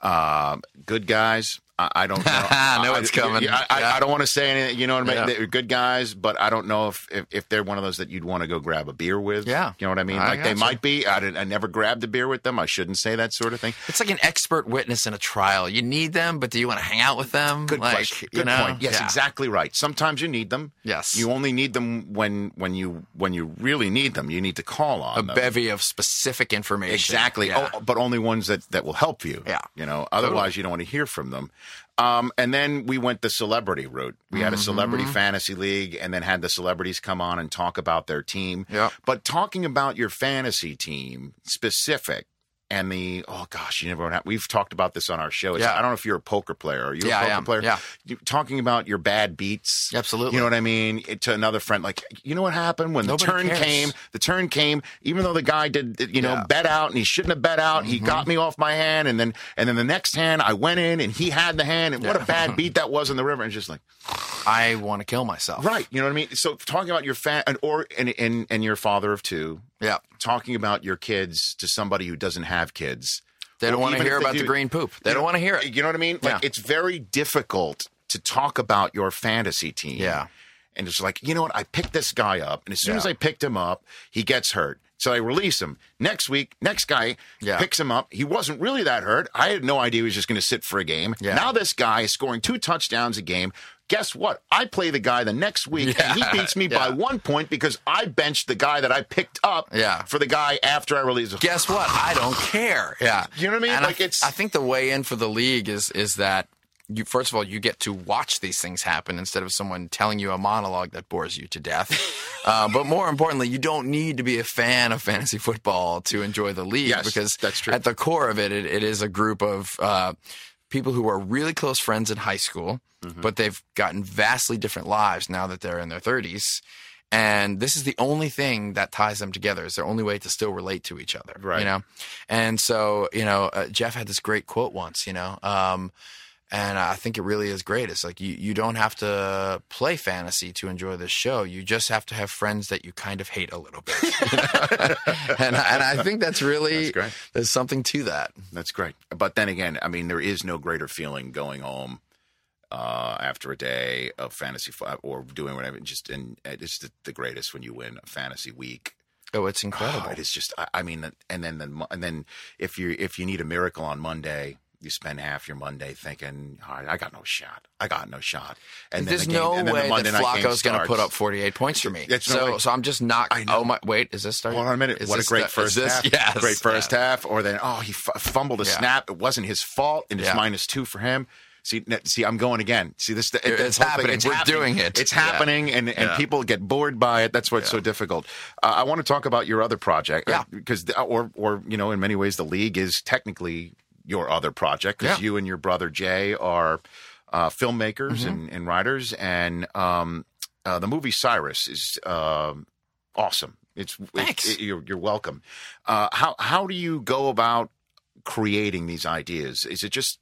S5: on, Um good guys. I, I don't know.
S4: I know it's coming.
S5: I, I,
S4: Yeah.
S5: I don't want to say anything. You know what I mean?
S4: Yeah.
S5: They're good guys, but I don't know if, if, if they're one of those that you'd want to go grab a beer with.
S4: Yeah.
S5: You know what I mean?
S4: I
S5: like they
S4: gotcha.
S5: might be. I, didn't, I never grabbed a beer with them. I shouldn't say that sort of thing.
S4: It's like an expert witness in a trial. You need them, but do you want to hang out with them?
S5: Good
S4: like,
S5: question.
S4: you
S5: Good
S4: know?
S5: point. Yes,
S4: Yeah.
S5: exactly right. Sometimes you need them.
S4: Yes.
S5: You only need them when when you when you really need them. You need to call on
S4: A
S5: them.
S4: bevy of specific information.
S5: Exactly.
S4: Yeah.
S5: Oh, but only ones that that will help you.
S4: Yeah.
S5: You know, otherwise you don't want to hear from them. Um, and then we went the celebrity route. We
S4: Mm-hmm.
S5: had a celebrity fantasy league, and then had the celebrities come on and talk about their team.
S4: Yeah.
S5: But talking about your fantasy team specific. And the oh gosh, you never know. We've talked about this on our show. It's-
S4: Yeah.
S5: I don't know if you're a poker player. Are you
S4: Yeah, I
S5: a poker
S4: am.
S5: player?
S4: Yeah.
S5: You- Talking about your bad beats.
S4: Absolutely.
S5: You know what I mean? It- to another friend, like you know what happened when
S4: Nobody
S5: the turn
S4: cares.
S5: came. The turn came, even though the guy did you know
S4: Yeah. Mm-hmm.
S5: bet out and he shouldn't have bet out. He got me off my hand, and then and then the next hand I went in and he had the hand, and what a
S4: Yeah.
S5: bad beat that was in the river. And it's just like
S4: I want to kill myself.
S5: Oh. right, you know what I mean? So talking about your fan and or and and and your father of two,
S4: Yeah.
S5: talking about your kids to somebody who doesn't have kids.
S4: They don't
S5: Or
S4: want to
S5: even
S4: hear
S5: if they
S4: about the
S5: do-
S4: green poop. They
S5: you
S4: don't
S5: know-
S4: want to hear it.
S5: You know what I mean? Like
S4: Yeah.
S5: it's very difficult to talk about your fantasy team.
S4: Yeah.
S5: And it's like, you know what? I picked this guy up, and as soon as
S4: Yeah.
S5: I picked him up, he gets hurt. So I release him. Next week, next guy
S4: Yeah.
S5: picks him up. He wasn't really that hurt. I had no idea he was just going to sit for a game.
S4: Yeah.
S5: Now this guy is scoring two touchdowns a game. Guess what? I play the guy the next week, and
S4: Yeah.
S5: he beats me by
S4: Yeah.
S5: one point because I benched the guy that I picked up
S4: Yeah.
S5: for the guy after I released him.
S4: Guess what? I don't care. Yeah.
S5: You know what I mean?
S4: And
S5: Like, it's-
S4: I think the way in for the league is is that you first of all you get to watch these things happen instead of someone telling you a monologue that bores you to death. uh, but more importantly, you don't need to be a fan of fantasy football to enjoy the league
S5: Yes,
S4: because
S5: that's true.
S4: at the core of it, it, it is a group of uh, people who are really close friends in high school,
S5: Mm-hmm.
S4: but they've gotten vastly different lives now that they're in their 30s. And this is the only thing that ties them together. It's their only way to still relate to each other.
S5: Right.
S4: You know? And so, you know, uh, Jeff had this great quote once, you know, um, And I think it really is great. It's like you, you don't have to play fantasy to enjoy this show. You just have to have friends that you kind of hate a little bit. and, and I think that's really, there's something to that.
S5: That's great. But then again, I mean, there is no greater feeling going home uh, after a day of fantasy fo- or doing whatever. Just and it's the, the greatest when you win a fantasy week.
S4: Oh, it's incredible.
S5: it is just. I, I mean, and then the, mo- and then if you if you need a miracle on Monday. You spend half your Monday thinking, "All right, I got no shot. I got no shot." And
S4: There's
S5: then the game,
S4: no
S5: and then the
S4: way
S5: Monday
S4: that
S5: night game
S4: Flacco's going to
S5: starts.
S4: put up 48 points for me.
S5: It's no
S4: so,
S5: way.
S4: so I'm just not. Oh my! Wait, is this starting?
S5: Hold on a minute.
S4: Is
S5: what a
S4: this
S5: great
S4: the- is
S5: first
S4: this-
S5: half.
S4: Yes,
S5: great first
S4: yeah.
S5: half. Or then, oh, he f- fumbled a
S4: Yeah.
S5: snap. It wasn't his fault, and it's
S4: Yeah.
S5: minus two for him. See, n- see, I'm going again. See, this,
S4: It's
S5: this whole
S4: happening.
S5: it's
S4: We're doing it.
S5: It's
S4: Yeah.
S5: happening, and, and
S4: Yeah.
S5: people get bored by it. That's why it's so difficult. Uh, I want to talk about your other project,
S4: Yeah.
S5: because or or you know, in many ways, the league is technically your other project because
S4: Yeah.
S5: you and your brother Jay are uh, filmmakers
S4: Mm-hmm.
S5: and, and writers, and um, uh, the movie Cyrus is um awesome. It's it-
S4: Thanks.
S5: it- you're, you're welcome. Uh, how how do you go about creating these ideas? Is it just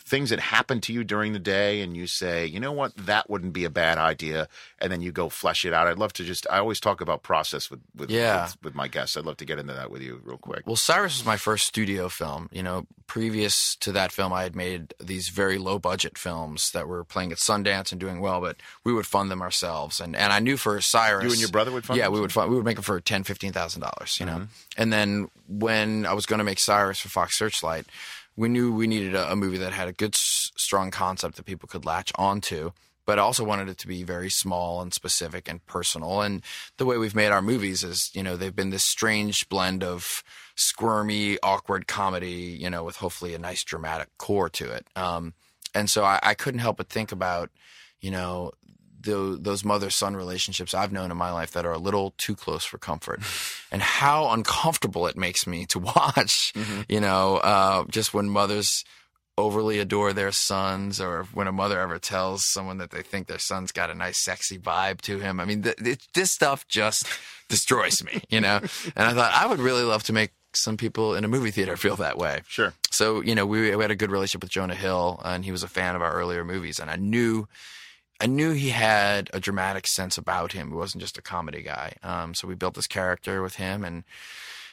S5: things that happen to you during the day and you say, you know what, that wouldn't be a bad idea, and then you go flesh it out? I'd love to just. I always talk about process with with
S4: Yeah.
S5: with, with my guests. I'd love to get into that with you real quick.
S4: Well, Cyrus was my first studio film. You know, previous to that film, I had made these very low budget films that were playing at Sundance and doing well, but we would fund them ourselves. And and I knew for Cyrus,
S5: You and your brother would fund Mm-hmm.
S4: Yeah,
S5: them?
S4: we would fund. We would make them for ten, fifteen thousand dollars. You know, and then when I was going to make Cyrus for Fox Searchlight, we knew we needed a, a movie that had a good, s- strong concept that people could latch onto. But I also wanted it to be very small and specific and personal. And the way we've made our movies is, you know, they've been this strange blend of squirmy, awkward comedy, you know, with hopefully a nice dramatic core to it. Um, and so I, I couldn't help but think about, you know, tho- those mother son relationships I've known in my life that are a little too close for comfort, and how uncomfortable it makes me to watch. You know, uh, just when mothers overly adore their sons, or when a mother ever tells someone that they think their son's got a nice, sexy vibe to him. I mean, th- it, this stuff just destroys me. You know, and I thought I would really love to make some people in a movie theater feel that way.
S5: Sure.
S4: So, you know, we, we had a good relationship with Jonah Hill, and he was a fan of our earlier movies. And I knew, I knew he had a dramatic sense about him. He wasn't just a comedy guy. Um, so we built this character with him, and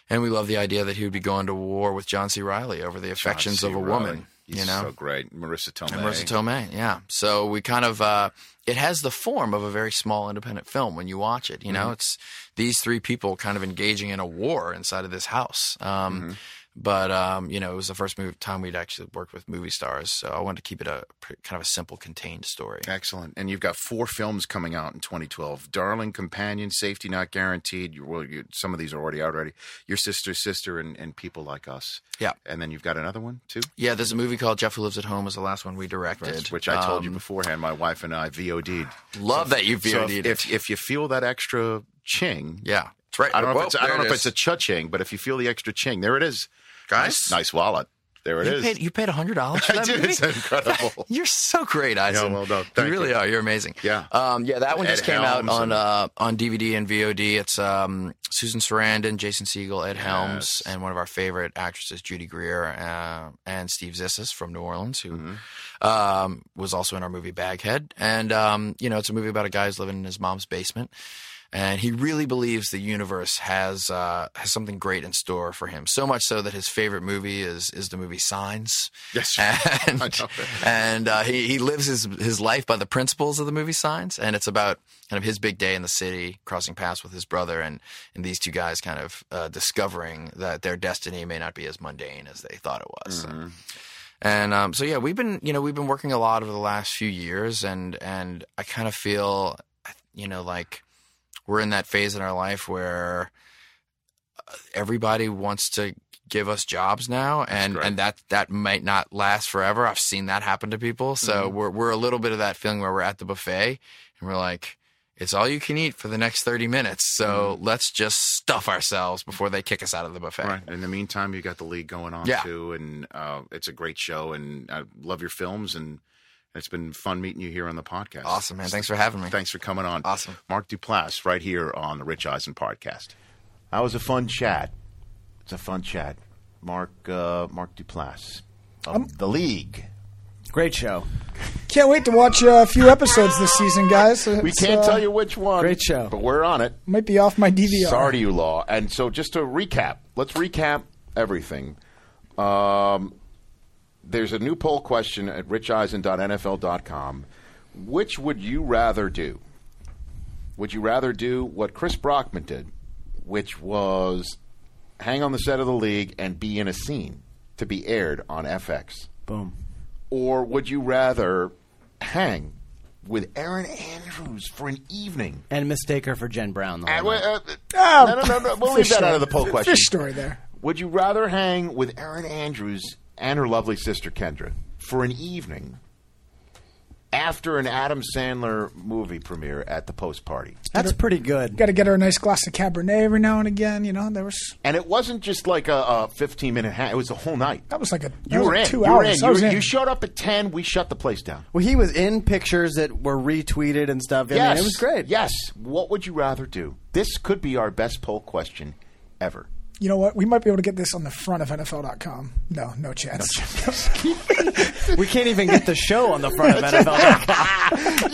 S4: and we loved the idea that he would be going to war with John C. Riley over the affections
S5: John C.
S4: of a
S5: Reilly.
S4: woman.
S5: He's
S4: you know,
S5: so great, Marissa Tomei.
S4: and Marissa Tomei, yeah. So we kind of uh, it has the form of a very small independent film when you watch it. You know,
S5: Mm-hmm.
S4: it's these three people kind of engaging in a war inside of this house. Um,
S5: Mm-hmm.
S4: But um, you know, it was the first movie, time we'd actually worked with movie stars, so I wanted to keep it a pr- kind of a simple, contained story.
S5: Excellent. And you've got four films coming out in 2012. Darling Companion, Safety Not Guaranteed. You, well, you, some of these are already out already. Your Sister, Sister, and, and People Like Us.
S4: Yeah.
S5: And then you've got another one, too,
S4: Yeah, there's a movie called Jeff Who Lives at Home. Was the last one we directed,
S5: which I told you
S4: Um,
S5: beforehand, my wife and I VOD'd.
S4: Love that you
S5: So if,
S4: VOD'd. it.
S5: if, if you feel that extra ching,
S4: yeah, it's right.
S5: I don't know
S4: Whoa,
S5: if it's, I
S4: there
S5: don't know
S4: it
S5: if it's
S4: is.
S5: a cha-ching, but if you feel the extra ching, there it is.
S4: Guys?
S5: Nice wallet. There it
S4: you
S5: is.
S4: paid you paid hundred dollars for
S5: I
S4: that
S5: did.
S4: movie?
S5: It's incredible.
S4: You're so great, Eisen.
S5: well done.
S4: You
S5: Thank
S4: really
S5: you.
S4: are. You're amazing.
S5: Yeah.
S4: Um, yeah, that one just
S5: Ed
S4: came
S5: Helms
S4: out on
S5: and-
S4: uh, on DVD and VOD. It's um, Susan Sarandon, Jason Segel, Ed Helms, and one of our favorite actresses, Judy Greer, uh, and Steve Zissis from New Orleans, who
S5: Mm-hmm.
S4: um, was also in our movie Baghead. And um, you know, it's a movie about a guy who's living in his mom's basement. And he really believes the universe has uh, has something great in store for him. So much so that his favorite movie is is the movie Signs.
S5: Yes. I
S4: And,
S5: know.
S4: and uh, he, he lives his, his life by the principles of the movie Signs. And it's about kind of his big day in the city, crossing paths with his brother, and, and these two guys kind of uh, discovering that their destiny may not be as mundane as they thought it was.
S5: Mm-hmm.
S4: And um, so yeah, we've been you know we've been working a lot over the last few years, and and I kind of feel you know like we're in that phase in our life where uh, everybody wants to give us jobs now and
S5: great.
S4: and that that might not last forever i've seen that happen to people so
S5: Mm-hmm.
S4: we're we're a little bit of that feeling where we're at the buffet and we're like it's all you can eat for the next 30 minutes so let's just stuff ourselves before they kick us out of the buffet
S5: Mm-hmm. Right. In the meantime, you got the league going on
S4: Yeah.
S5: too, and uh, it's a great show, and I love your films, and it's been fun meeting you here on the podcast.
S4: awesome man thanks for having me
S5: Thanks for coming on.
S4: Awesome.
S5: Mark Duplass, right here on the Rich Eisen podcast.
S2: That was a fun chat. It's a fun chat. Mark uh, Mark Duplass of the league.
S6: Great show.
S7: Can't wait to watch uh, a few episodes this season, guys.
S2: We
S7: It's,
S2: can't
S7: uh,
S2: tell you which one. Great show. But we're on it.
S7: Might be off my DVR.
S2: Sorry to you, Law. And so just to recap, let's recap everything. Um, there's a new poll question at richeisen.nfl.com. Which would you rather do? Would you rather do what Chris Brockman did, which was hang on the set of the league and be in a scene to be aired on FX?
S6: Boom.
S2: Or would you rather hang with Aaron Andrews for an evening?
S6: And mistake her for Jen Brown. The
S2: Uh,
S6: whole night.
S2: well,
S7: Ah,
S2: uh, no, no, no, no. We'll leave
S7: fish
S2: that
S7: story.
S2: out of the poll question.
S7: Fish story there.
S2: Would you rather hang with Erin Andrews and her lovely sister Kendra for an evening after an Adam Sandler movie premiere at the post party?
S6: That's pretty good.
S7: Got to get her a nice glass of Cabernet every now and again. You know, there was
S2: And it wasn't just like a, a 15 minute hang, it was the whole night.
S7: that was like a that
S2: You
S7: was
S2: were
S7: like
S2: in.
S7: two
S2: you were in.
S7: hours. I
S2: You,
S7: was
S2: were-
S7: in.
S2: you showed up at 10. We shut the place down.
S6: Well, he was in pictures that were retweeted and stuff. I mean,
S2: yes.
S6: it was great.
S2: Yes. What would you rather do? This could be our best poll question ever.
S7: You know what? We might be able to get this on the front of NFL.com. No, no chance.
S6: We can't even get the show on the front of NFL.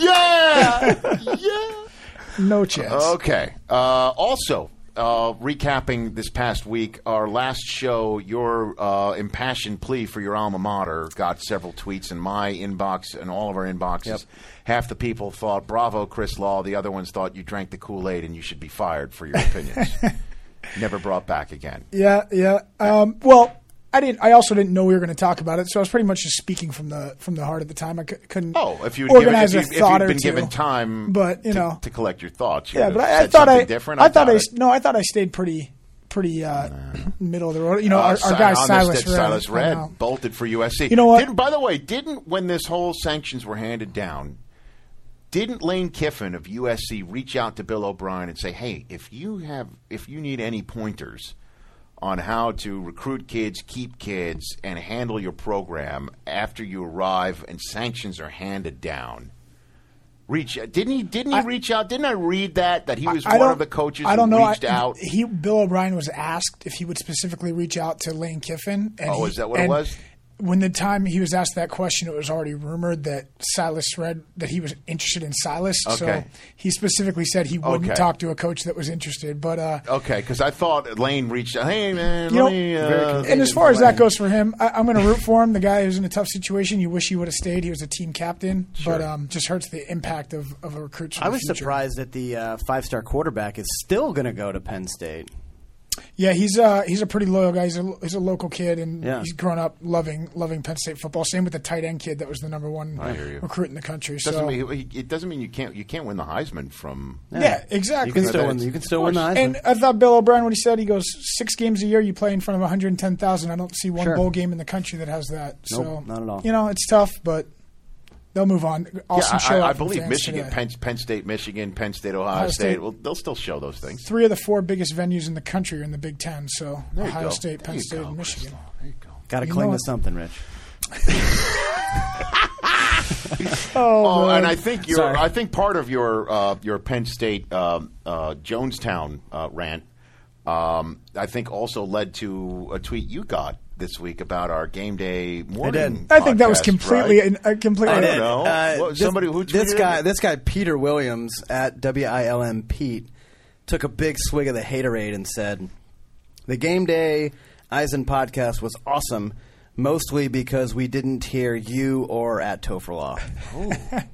S2: yeah! yeah!
S7: no chance.
S2: Okay. Uh, also, uh, recapping this past week, our last show, your uh, impassioned plea for your alma mater got several tweets in my inbox and all of our inboxes. Half the people thought, bravo, Chris Law. The other ones thought you drank the Kool Aid and you should be fired for your opinions. Never brought back again.
S7: Yeah, yeah. Um, well, I didn't. I also didn't know we were going to talk about it, so I was pretty much just speaking from the from the heart at the time. I c- couldn't.
S2: Oh, if you'd, given, if
S7: organize
S2: you,
S7: a
S2: if
S7: thought
S2: you'd been
S7: or
S2: given
S7: two.
S2: time
S7: but you
S2: to,
S7: know,
S2: to collect your thoughts, you
S7: yeah.
S2: would
S7: But
S2: have
S7: I, I
S2: said
S7: thought I,
S2: something different.
S7: I thought
S2: doubt
S7: I
S2: it.
S7: s- no, I thought I stayed pretty pretty uh, middle of the road. You know,
S2: Uh,
S7: our,
S2: Si-
S7: our guy
S2: on this
S7: Silas
S2: did-
S7: Red.
S2: Silas
S7: I
S2: Red
S7: know.
S2: bolted for USC.
S7: You know what?
S2: Didn't, by the way, didn't when this whole sanctions were handed down, didn't Lane Kiffin of USC reach out to Bill O'Brien and say, "Hey, if you have, if you need any pointers on how to recruit kids, keep kids, and handle your program after you arrive and sanctions are handed down." Reach didn't he? Didn't he reach out? Didn't I read that that he was
S7: I
S2: one
S7: don't-
S2: of the coaches
S7: I don't
S2: who
S7: know.
S2: reached
S7: I,
S2: out?
S7: He Bill O'Brien was asked if he would specifically reach out to Lane Kiffin. And
S2: Oh,
S7: he-
S2: is that what it
S7: and
S2: was?
S7: When the time he was asked that question, it was already rumored that Silas read that he was interested in Silas. So
S2: Okay.
S7: he specifically said he wouldn't
S2: Okay.
S7: talk to a coach that was interested. But uh,
S2: Okay, because I thought Lane reached out. Hey man,
S7: you know,
S2: let me. Uh,
S7: and as far as that goes for him, I, I'm going to root for him. The guy who's in a tough situation, you wish he would have stayed. He was a team captain, but um, just hurts the impact of, of a recruit.
S6: I was surprised that the uh, five-star quarterback is still going to go to Penn State.
S7: Yeah, he's uh he's a pretty loyal guy. He's a he's a local kid, and
S6: Yeah.
S7: he's grown up loving loving Penn State football. Same with the tight end kid that was the number one
S2: I hear you.
S7: recruit in the country.
S2: doesn't
S7: so
S2: mean, it doesn't mean you can't you can't win the Heisman from.
S7: yeah, exactly.
S6: You can still win. You can still win the Heisman.
S7: and I thought Bill O'Brien when he said he goes six games a year, you play in front of 110,000. I don't see one
S6: Sure.
S7: bowl game in the country that has that.
S6: Nope,
S7: so
S6: not at all.
S7: You know, it's tough, but they'll move on. Awesome
S2: yeah,
S7: show.
S2: I, I, I
S7: out from
S2: believe
S7: fans
S2: Michigan,
S7: today.
S2: Penn, Penn State, Michigan, Penn State, Ohio,
S7: Ohio
S2: State.
S7: State.
S2: Well, they'll still show those things.
S7: Three of the four biggest venues in the country are in the Big Ten. So
S2: There you
S7: Ohio
S2: go.
S7: State,
S2: There
S7: Penn
S2: you
S7: State,
S2: go,
S7: and Michigan.
S2: Crystal. There you go.
S6: Got to
S7: You
S6: cling
S7: know
S6: to
S7: what?
S6: something, Rich.
S2: Oh,
S7: man.
S2: and I think your
S6: Sorry.
S2: I think part of your uh, your Penn State um, uh, Jonestown uh, rant, um, I think also led to a tweet you got this week about our game day morning.
S7: I think that was
S2: podcast,
S7: completely
S2: right?
S7: an, uh, completely.
S2: I don't know.
S6: Uh,
S2: What-
S6: this,
S2: somebody who
S6: this
S2: tweeted
S6: guy,
S2: it?
S6: this guy Peter Williams at WILM Pete took a big swig of the haterade and said, "The game day Eisen podcast was awesome, mostly because we didn't hear you or at Tofferlaw."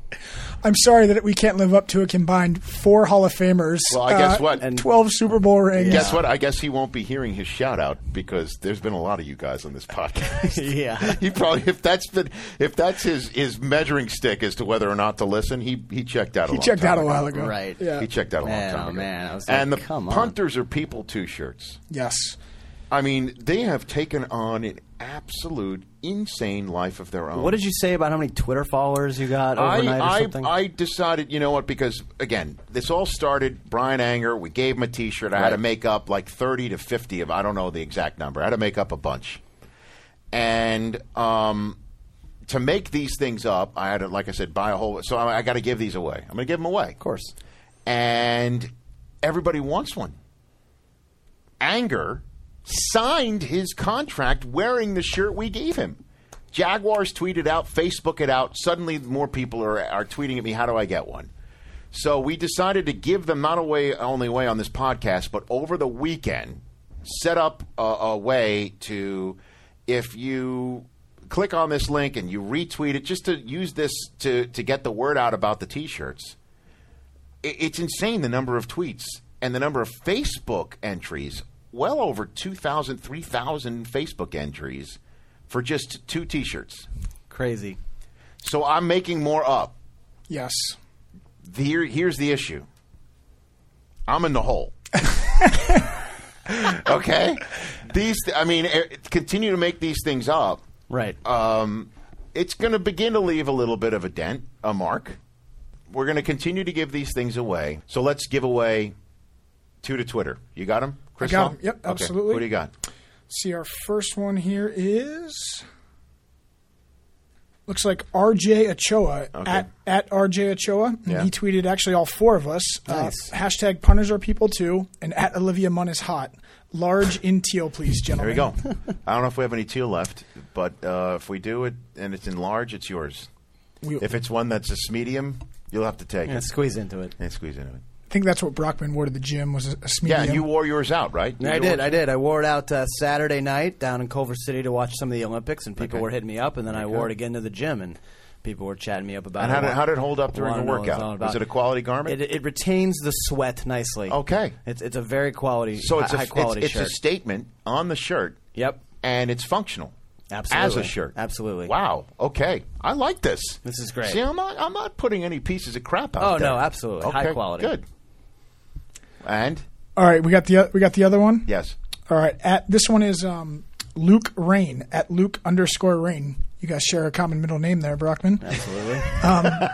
S7: I'm sorry that we can't live up to a combined four Hall of Famers.
S2: Well, I guess what?
S7: and 12 Super Bowl rings.
S2: Guess what? I guess he won't be hearing his shout out because there's been a lot of you guys on this podcast.
S6: Yeah.
S2: he probably if that's been if that's his his measuring stick as to whether or not to listen, he he checked out. A
S7: He
S2: long
S7: checked
S2: time
S7: out a
S2: ago.
S7: while ago.
S6: Right.
S7: Yeah.
S2: He checked out a long
S6: Man,
S2: time
S6: oh,
S2: ago.
S6: man. I was
S2: and
S6: like,
S2: the
S6: come on.
S2: punters are people two shirts.
S7: Yes.
S2: I mean, they have taken on an absolute insane life of their own.
S6: What did you say about how many Twitter followers you got overnight or
S2: I,
S6: something?
S2: I, I decided, you know what, because again, this all started Brian Anger. We gave him a t shirt. I had to make up like 30 to 50 of, I don't know the exact number. I had to make up a bunch. And um, to make these things up, I had to, like I said, buy a whole. So I, I got to give these away. I'm going to give them away. Of
S6: course.
S2: And everybody wants one. Anger signed his contract wearing the shirt we gave him. Jaguars tweeted out, Facebook it out. Suddenly, more people are, are tweeting at me, how do I get one? So we decided to give them not away only way on this podcast, but over the weekend, set up a, a way to if you click on this link and you retweet it, just to use this to to get the word out about the T-shirts. I- it's insane the number of tweets and the number of Facebook entries. Well over 2,000, 3,000 Facebook entries for just two T-shirts.
S6: Crazy.
S2: So I'm making more up
S7: Yes.
S2: the, here, here's the issue. I'm in the hole. okay, these. I mean, eh, continue to make these things up.
S6: Right.
S2: Um, it's going to begin to leave a little bit of a dent, a mark. We're going to continue to give these things away. So let's give away two to Twitter. You got them, Chris?
S7: got 'em. Yep, absolutely.
S2: What do you got?
S7: See, our first one here is. Looks like RJ Ochoa
S2: Okay.
S7: at, at RJ Ochoa. And
S2: Yeah.
S7: He tweeted actually all four of us.
S6: Nice.
S7: Uh, hashtag punters are people too. And at Olivia Munn is hot. Large in teal, please,
S2: There we
S7: gentlemen.
S2: go. I don't know if we have any teal left, but uh, if we do it and it's in large, it's yours.
S7: We-
S2: If it's one that's just medium, you'll have to take
S6: Yeah,
S2: it
S6: squeeze into it.
S2: and squeeze into it.
S7: I think that's what Brockman wore to the gym was a, a smear.
S2: Yeah, and you wore yours out, right?
S6: Yeah, I did. I did. I wore it out uh, Saturday night down in Culver City to watch some of the Olympics, and people were hitting me up. And then I wore it again to the gym, and people were chatting me up about
S2: And
S6: it.
S2: how did-
S6: Wa-
S2: how did it hold up during
S6: wanna
S2: the
S6: know what it was
S2: workout?
S6: all
S2: Was
S6: about.
S2: it a quality garment?
S6: It, it retains the sweat nicely.
S2: Okay.
S6: It's it's a very quality,
S2: So it's
S6: high,
S2: a
S6: high quality
S2: it's, it's
S6: shirt.
S2: a statement on the shirt.
S6: Yep.
S2: And it's functional.
S6: Absolutely.
S2: As a shirt.
S6: Absolutely.
S2: Wow. Okay. I like this.
S6: This is great.
S2: See, I'm not I'm not putting any pieces of crap out
S6: Oh,
S2: there.
S6: no, absolutely.
S2: Okay,
S6: High quality.
S2: Good. And
S7: All right, we got the o- we got the other one.
S2: yes.
S7: All right. At this one is um, Luke Rain at Luke underscore Rain. You guys share a common middle name there, Brockman. Um,
S6: Absolutely.
S2: Uh.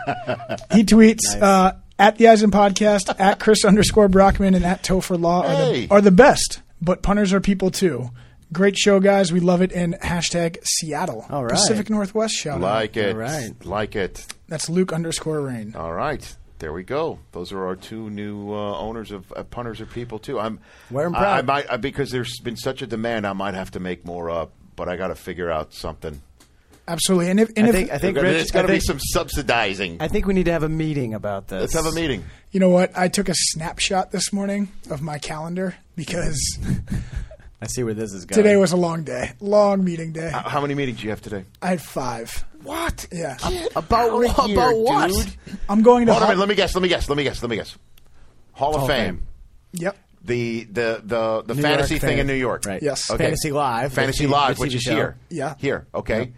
S7: He tweets uh, at the Eisen Podcast at Chris underscore Brockman and at Topher Law are,
S2: Hey.
S7: the, are the best, but punters are people too. Great show, guys. We love it. And hashtag Seattle.
S6: All right.
S7: Pacific Northwest shout out.
S2: Like it.
S6: All right.
S2: Like it.
S7: That's Luke underscore Rain.
S6: Oh.
S2: All right. There we go. Those are our two new uh, owners of uh, punters of people too. I'm
S6: Wear 'em
S2: I-
S6: proud.
S2: I, might I, because there's been such a demand. I might have to make more up, but I got to figure out something.
S7: Absolutely. And if, and
S6: I
S7: if
S6: think I think
S2: There's
S6: Rich.
S2: it's got to
S6: I
S2: be
S6: think-
S2: some subsidizing.
S6: I think we need to have a meeting about this.
S2: Let's have a meeting.
S7: you know what, I took a snapshot this morning of my calendar because
S6: I see where this is going.
S7: today was a long day, long meeting day.
S2: H- How many meetings do you have today?
S7: I had five.
S2: What?
S7: Yeah.
S2: About
S6: Outta
S2: what?
S6: here,
S2: about what?
S6: dude.
S7: I'm going to.
S2: Hold on a
S7: Hall-
S2: minute. Let me guess. Let me guess. Let me guess. Let me guess. Hall of
S6: Hall of
S2: Fame.
S6: Fame.
S7: Yep.
S2: The the the the
S6: Oh, New
S2: fantasy
S6: York
S2: thing
S6: fan-
S2: in New York.
S6: Right.
S7: Yes.
S6: Fantasy Live, the
S2: Fantasy
S6: T-
S2: Live,
S6: the
S2: which
S6: TV
S2: is
S6: show.
S2: here.
S7: Yeah.
S2: Here. Okay.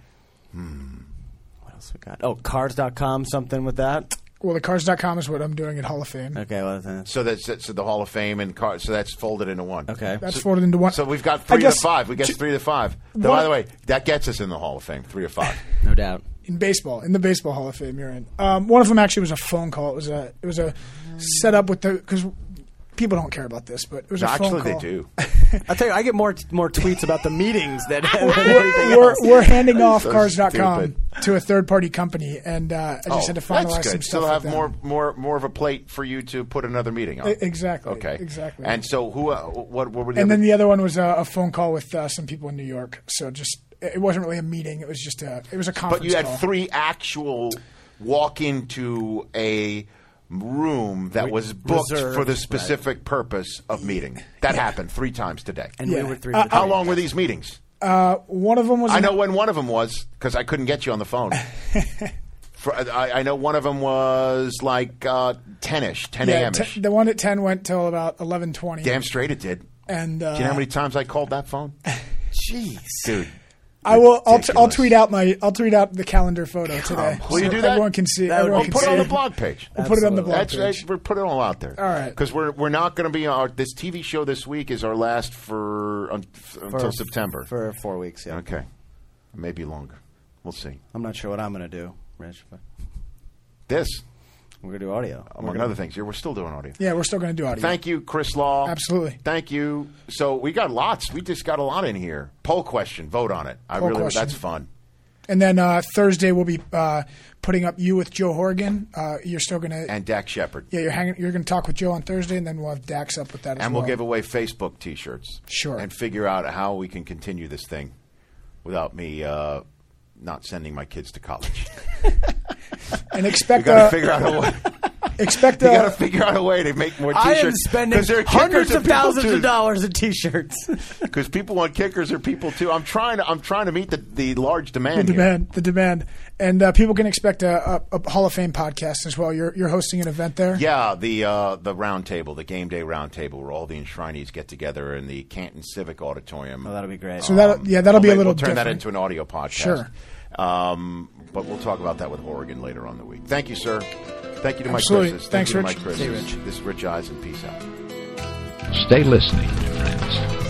S6: What else we got? Oh, cars.com, something with that.
S7: Well, the cars.com is what I'm doing at Hall of Fame.
S6: Okay, well that's
S2: So that's that's- so the Hall of Fame and car, so that's folded into one.
S6: okay.
S7: That's folded into one.
S2: So we've
S7: I
S2: got three
S7: guess
S2: to five. We got
S7: ju-
S2: three to five. Though,
S7: What-
S2: by the way, that gets us in the Hall of Fame. Three to five.
S6: No doubt.
S7: in baseball, in the baseball Hall of Fame, you're in. Um, one of them actually was a phone call. It was a it was a setup with the because people don't care about this, but it was
S2: No,
S7: a phone
S2: actually,
S7: call.
S2: they do.
S6: I tell you, I get more more tweets about the meetings than, than anything
S7: We're,
S6: else.
S7: we're handing off
S2: So
S7: cars.com
S2: stupid.
S7: to a third party company, and uh, I just had to finalize
S2: Oh, that's
S7: some
S2: good.
S7: stuff.
S2: Still have
S7: with them.
S2: more, more, more of a plate for you to put another meeting on.
S7: E- exactly,
S2: Okay.
S7: exactly.
S2: And so who? Uh, what, what were the?
S7: And
S2: other-
S7: then the other one was a, a phone call with uh, some people in New York. So just it wasn't really a meeting; it was just a it was a conference.
S2: but you had
S7: call.
S2: three actual walk into a room that was booked
S6: reserved,
S2: for the
S6: right.
S2: specific purpose of meeting. That happened three times today.
S6: and
S7: Yeah.
S6: we were three.
S7: Uh,
S6: for
S2: How
S6: three.
S2: long were these meetings?
S7: One of them was
S2: I
S7: an-
S2: know when one of them was because I couldn't get you on the phone. For, I, I know one of them was like uh, 10ish, 10
S7: yeah,
S2: a.m.
S7: te- the one at ten went till about eleven twenty.
S2: Damn straight it did.
S7: And uh,
S2: Do you know how many times I called that phone?
S6: Jeez.
S2: Dude.
S7: I will. I'll, t- I'll
S2: Ridiculous.
S7: tweet out my. I'll tweet out the calendar photo today.
S2: Will you
S7: So
S2: do that?
S7: Everyone can see.
S6: That would
S7: everyone
S6: be
S7: can
S2: Put it
S7: see
S2: on the blog page.
S7: We'll put it on the blog
S2: That's,
S7: page.
S2: that's, we're putting it all out there.
S7: All right.
S2: Because we're, we're not going to be our this TV show this week is our last for, un, f- until September.
S6: for four weeks. Yeah,
S2: okay, maybe longer. We'll see.
S6: I'm not sure what I'm going to do, Rich, but
S2: This,
S6: we're going to do audio. We're
S2: among
S6: gonna-
S2: other things, we're still doing audio.
S7: Yeah, we're still going to do audio.
S2: Thank you, Chris Law.
S7: Absolutely.
S2: Thank you. So we got lots. We just got a lot in here. Poll question. Vote on it. I
S7: Poll
S2: really.
S7: question.
S2: That's fun.
S7: and then uh, Thursday we'll be uh, putting up you with Joe Horgan. Uh, you're still going to.
S2: And Dak Shepard.
S7: Yeah, you're hanging. You're going to talk with Joe on Thursday, and then we'll have Dax up with that. as
S2: And we'll
S7: well.
S2: give away Facebook T-shirts.
S7: Sure.
S2: And figure out how we can continue this thing without me uh,
S5: not sending my kids to college.
S7: and
S5: we
S7: expect
S5: got
S7: a-
S5: to figure out a way.
S7: expect
S5: We
S7: a-
S5: got to figure out a way to make more
S6: I
S5: T-shirts.
S6: am spending
S5: 'cause there are kickers
S6: hundreds
S5: and
S6: of
S5: people
S6: thousands
S5: too.
S6: of dollars in T-shirts.
S5: because people want kickers or people too. I'm trying to I'm trying to meet the, the large demand. here.
S7: the demand, the demand, and uh, people can expect a, a, a Hall of Fame podcast as well. You're you're hosting an event there.
S5: Yeah, the uh, the round table, the game day round table, where all the enshrinees get together in the Canton Civic Auditorium.
S6: Oh, that'll be great.
S7: So that'll- yeah, that'll
S5: I'll
S7: be a
S5: ma-
S7: little
S5: Oh, We'll turn that
S7: different.
S5: into an audio podcast.
S7: Sure.
S5: Um, but we'll talk about that with Horrigan later on in the week. Thank you, sir. Thank you to Mike
S7: Absolutely.
S5: Chris's.
S7: Thanks,
S5: Thank you
S7: Rich.
S5: to Mike Chris's.
S6: See you, Rich.
S5: This is Rich Eisen. Peace out.
S13: Stay listening, friends.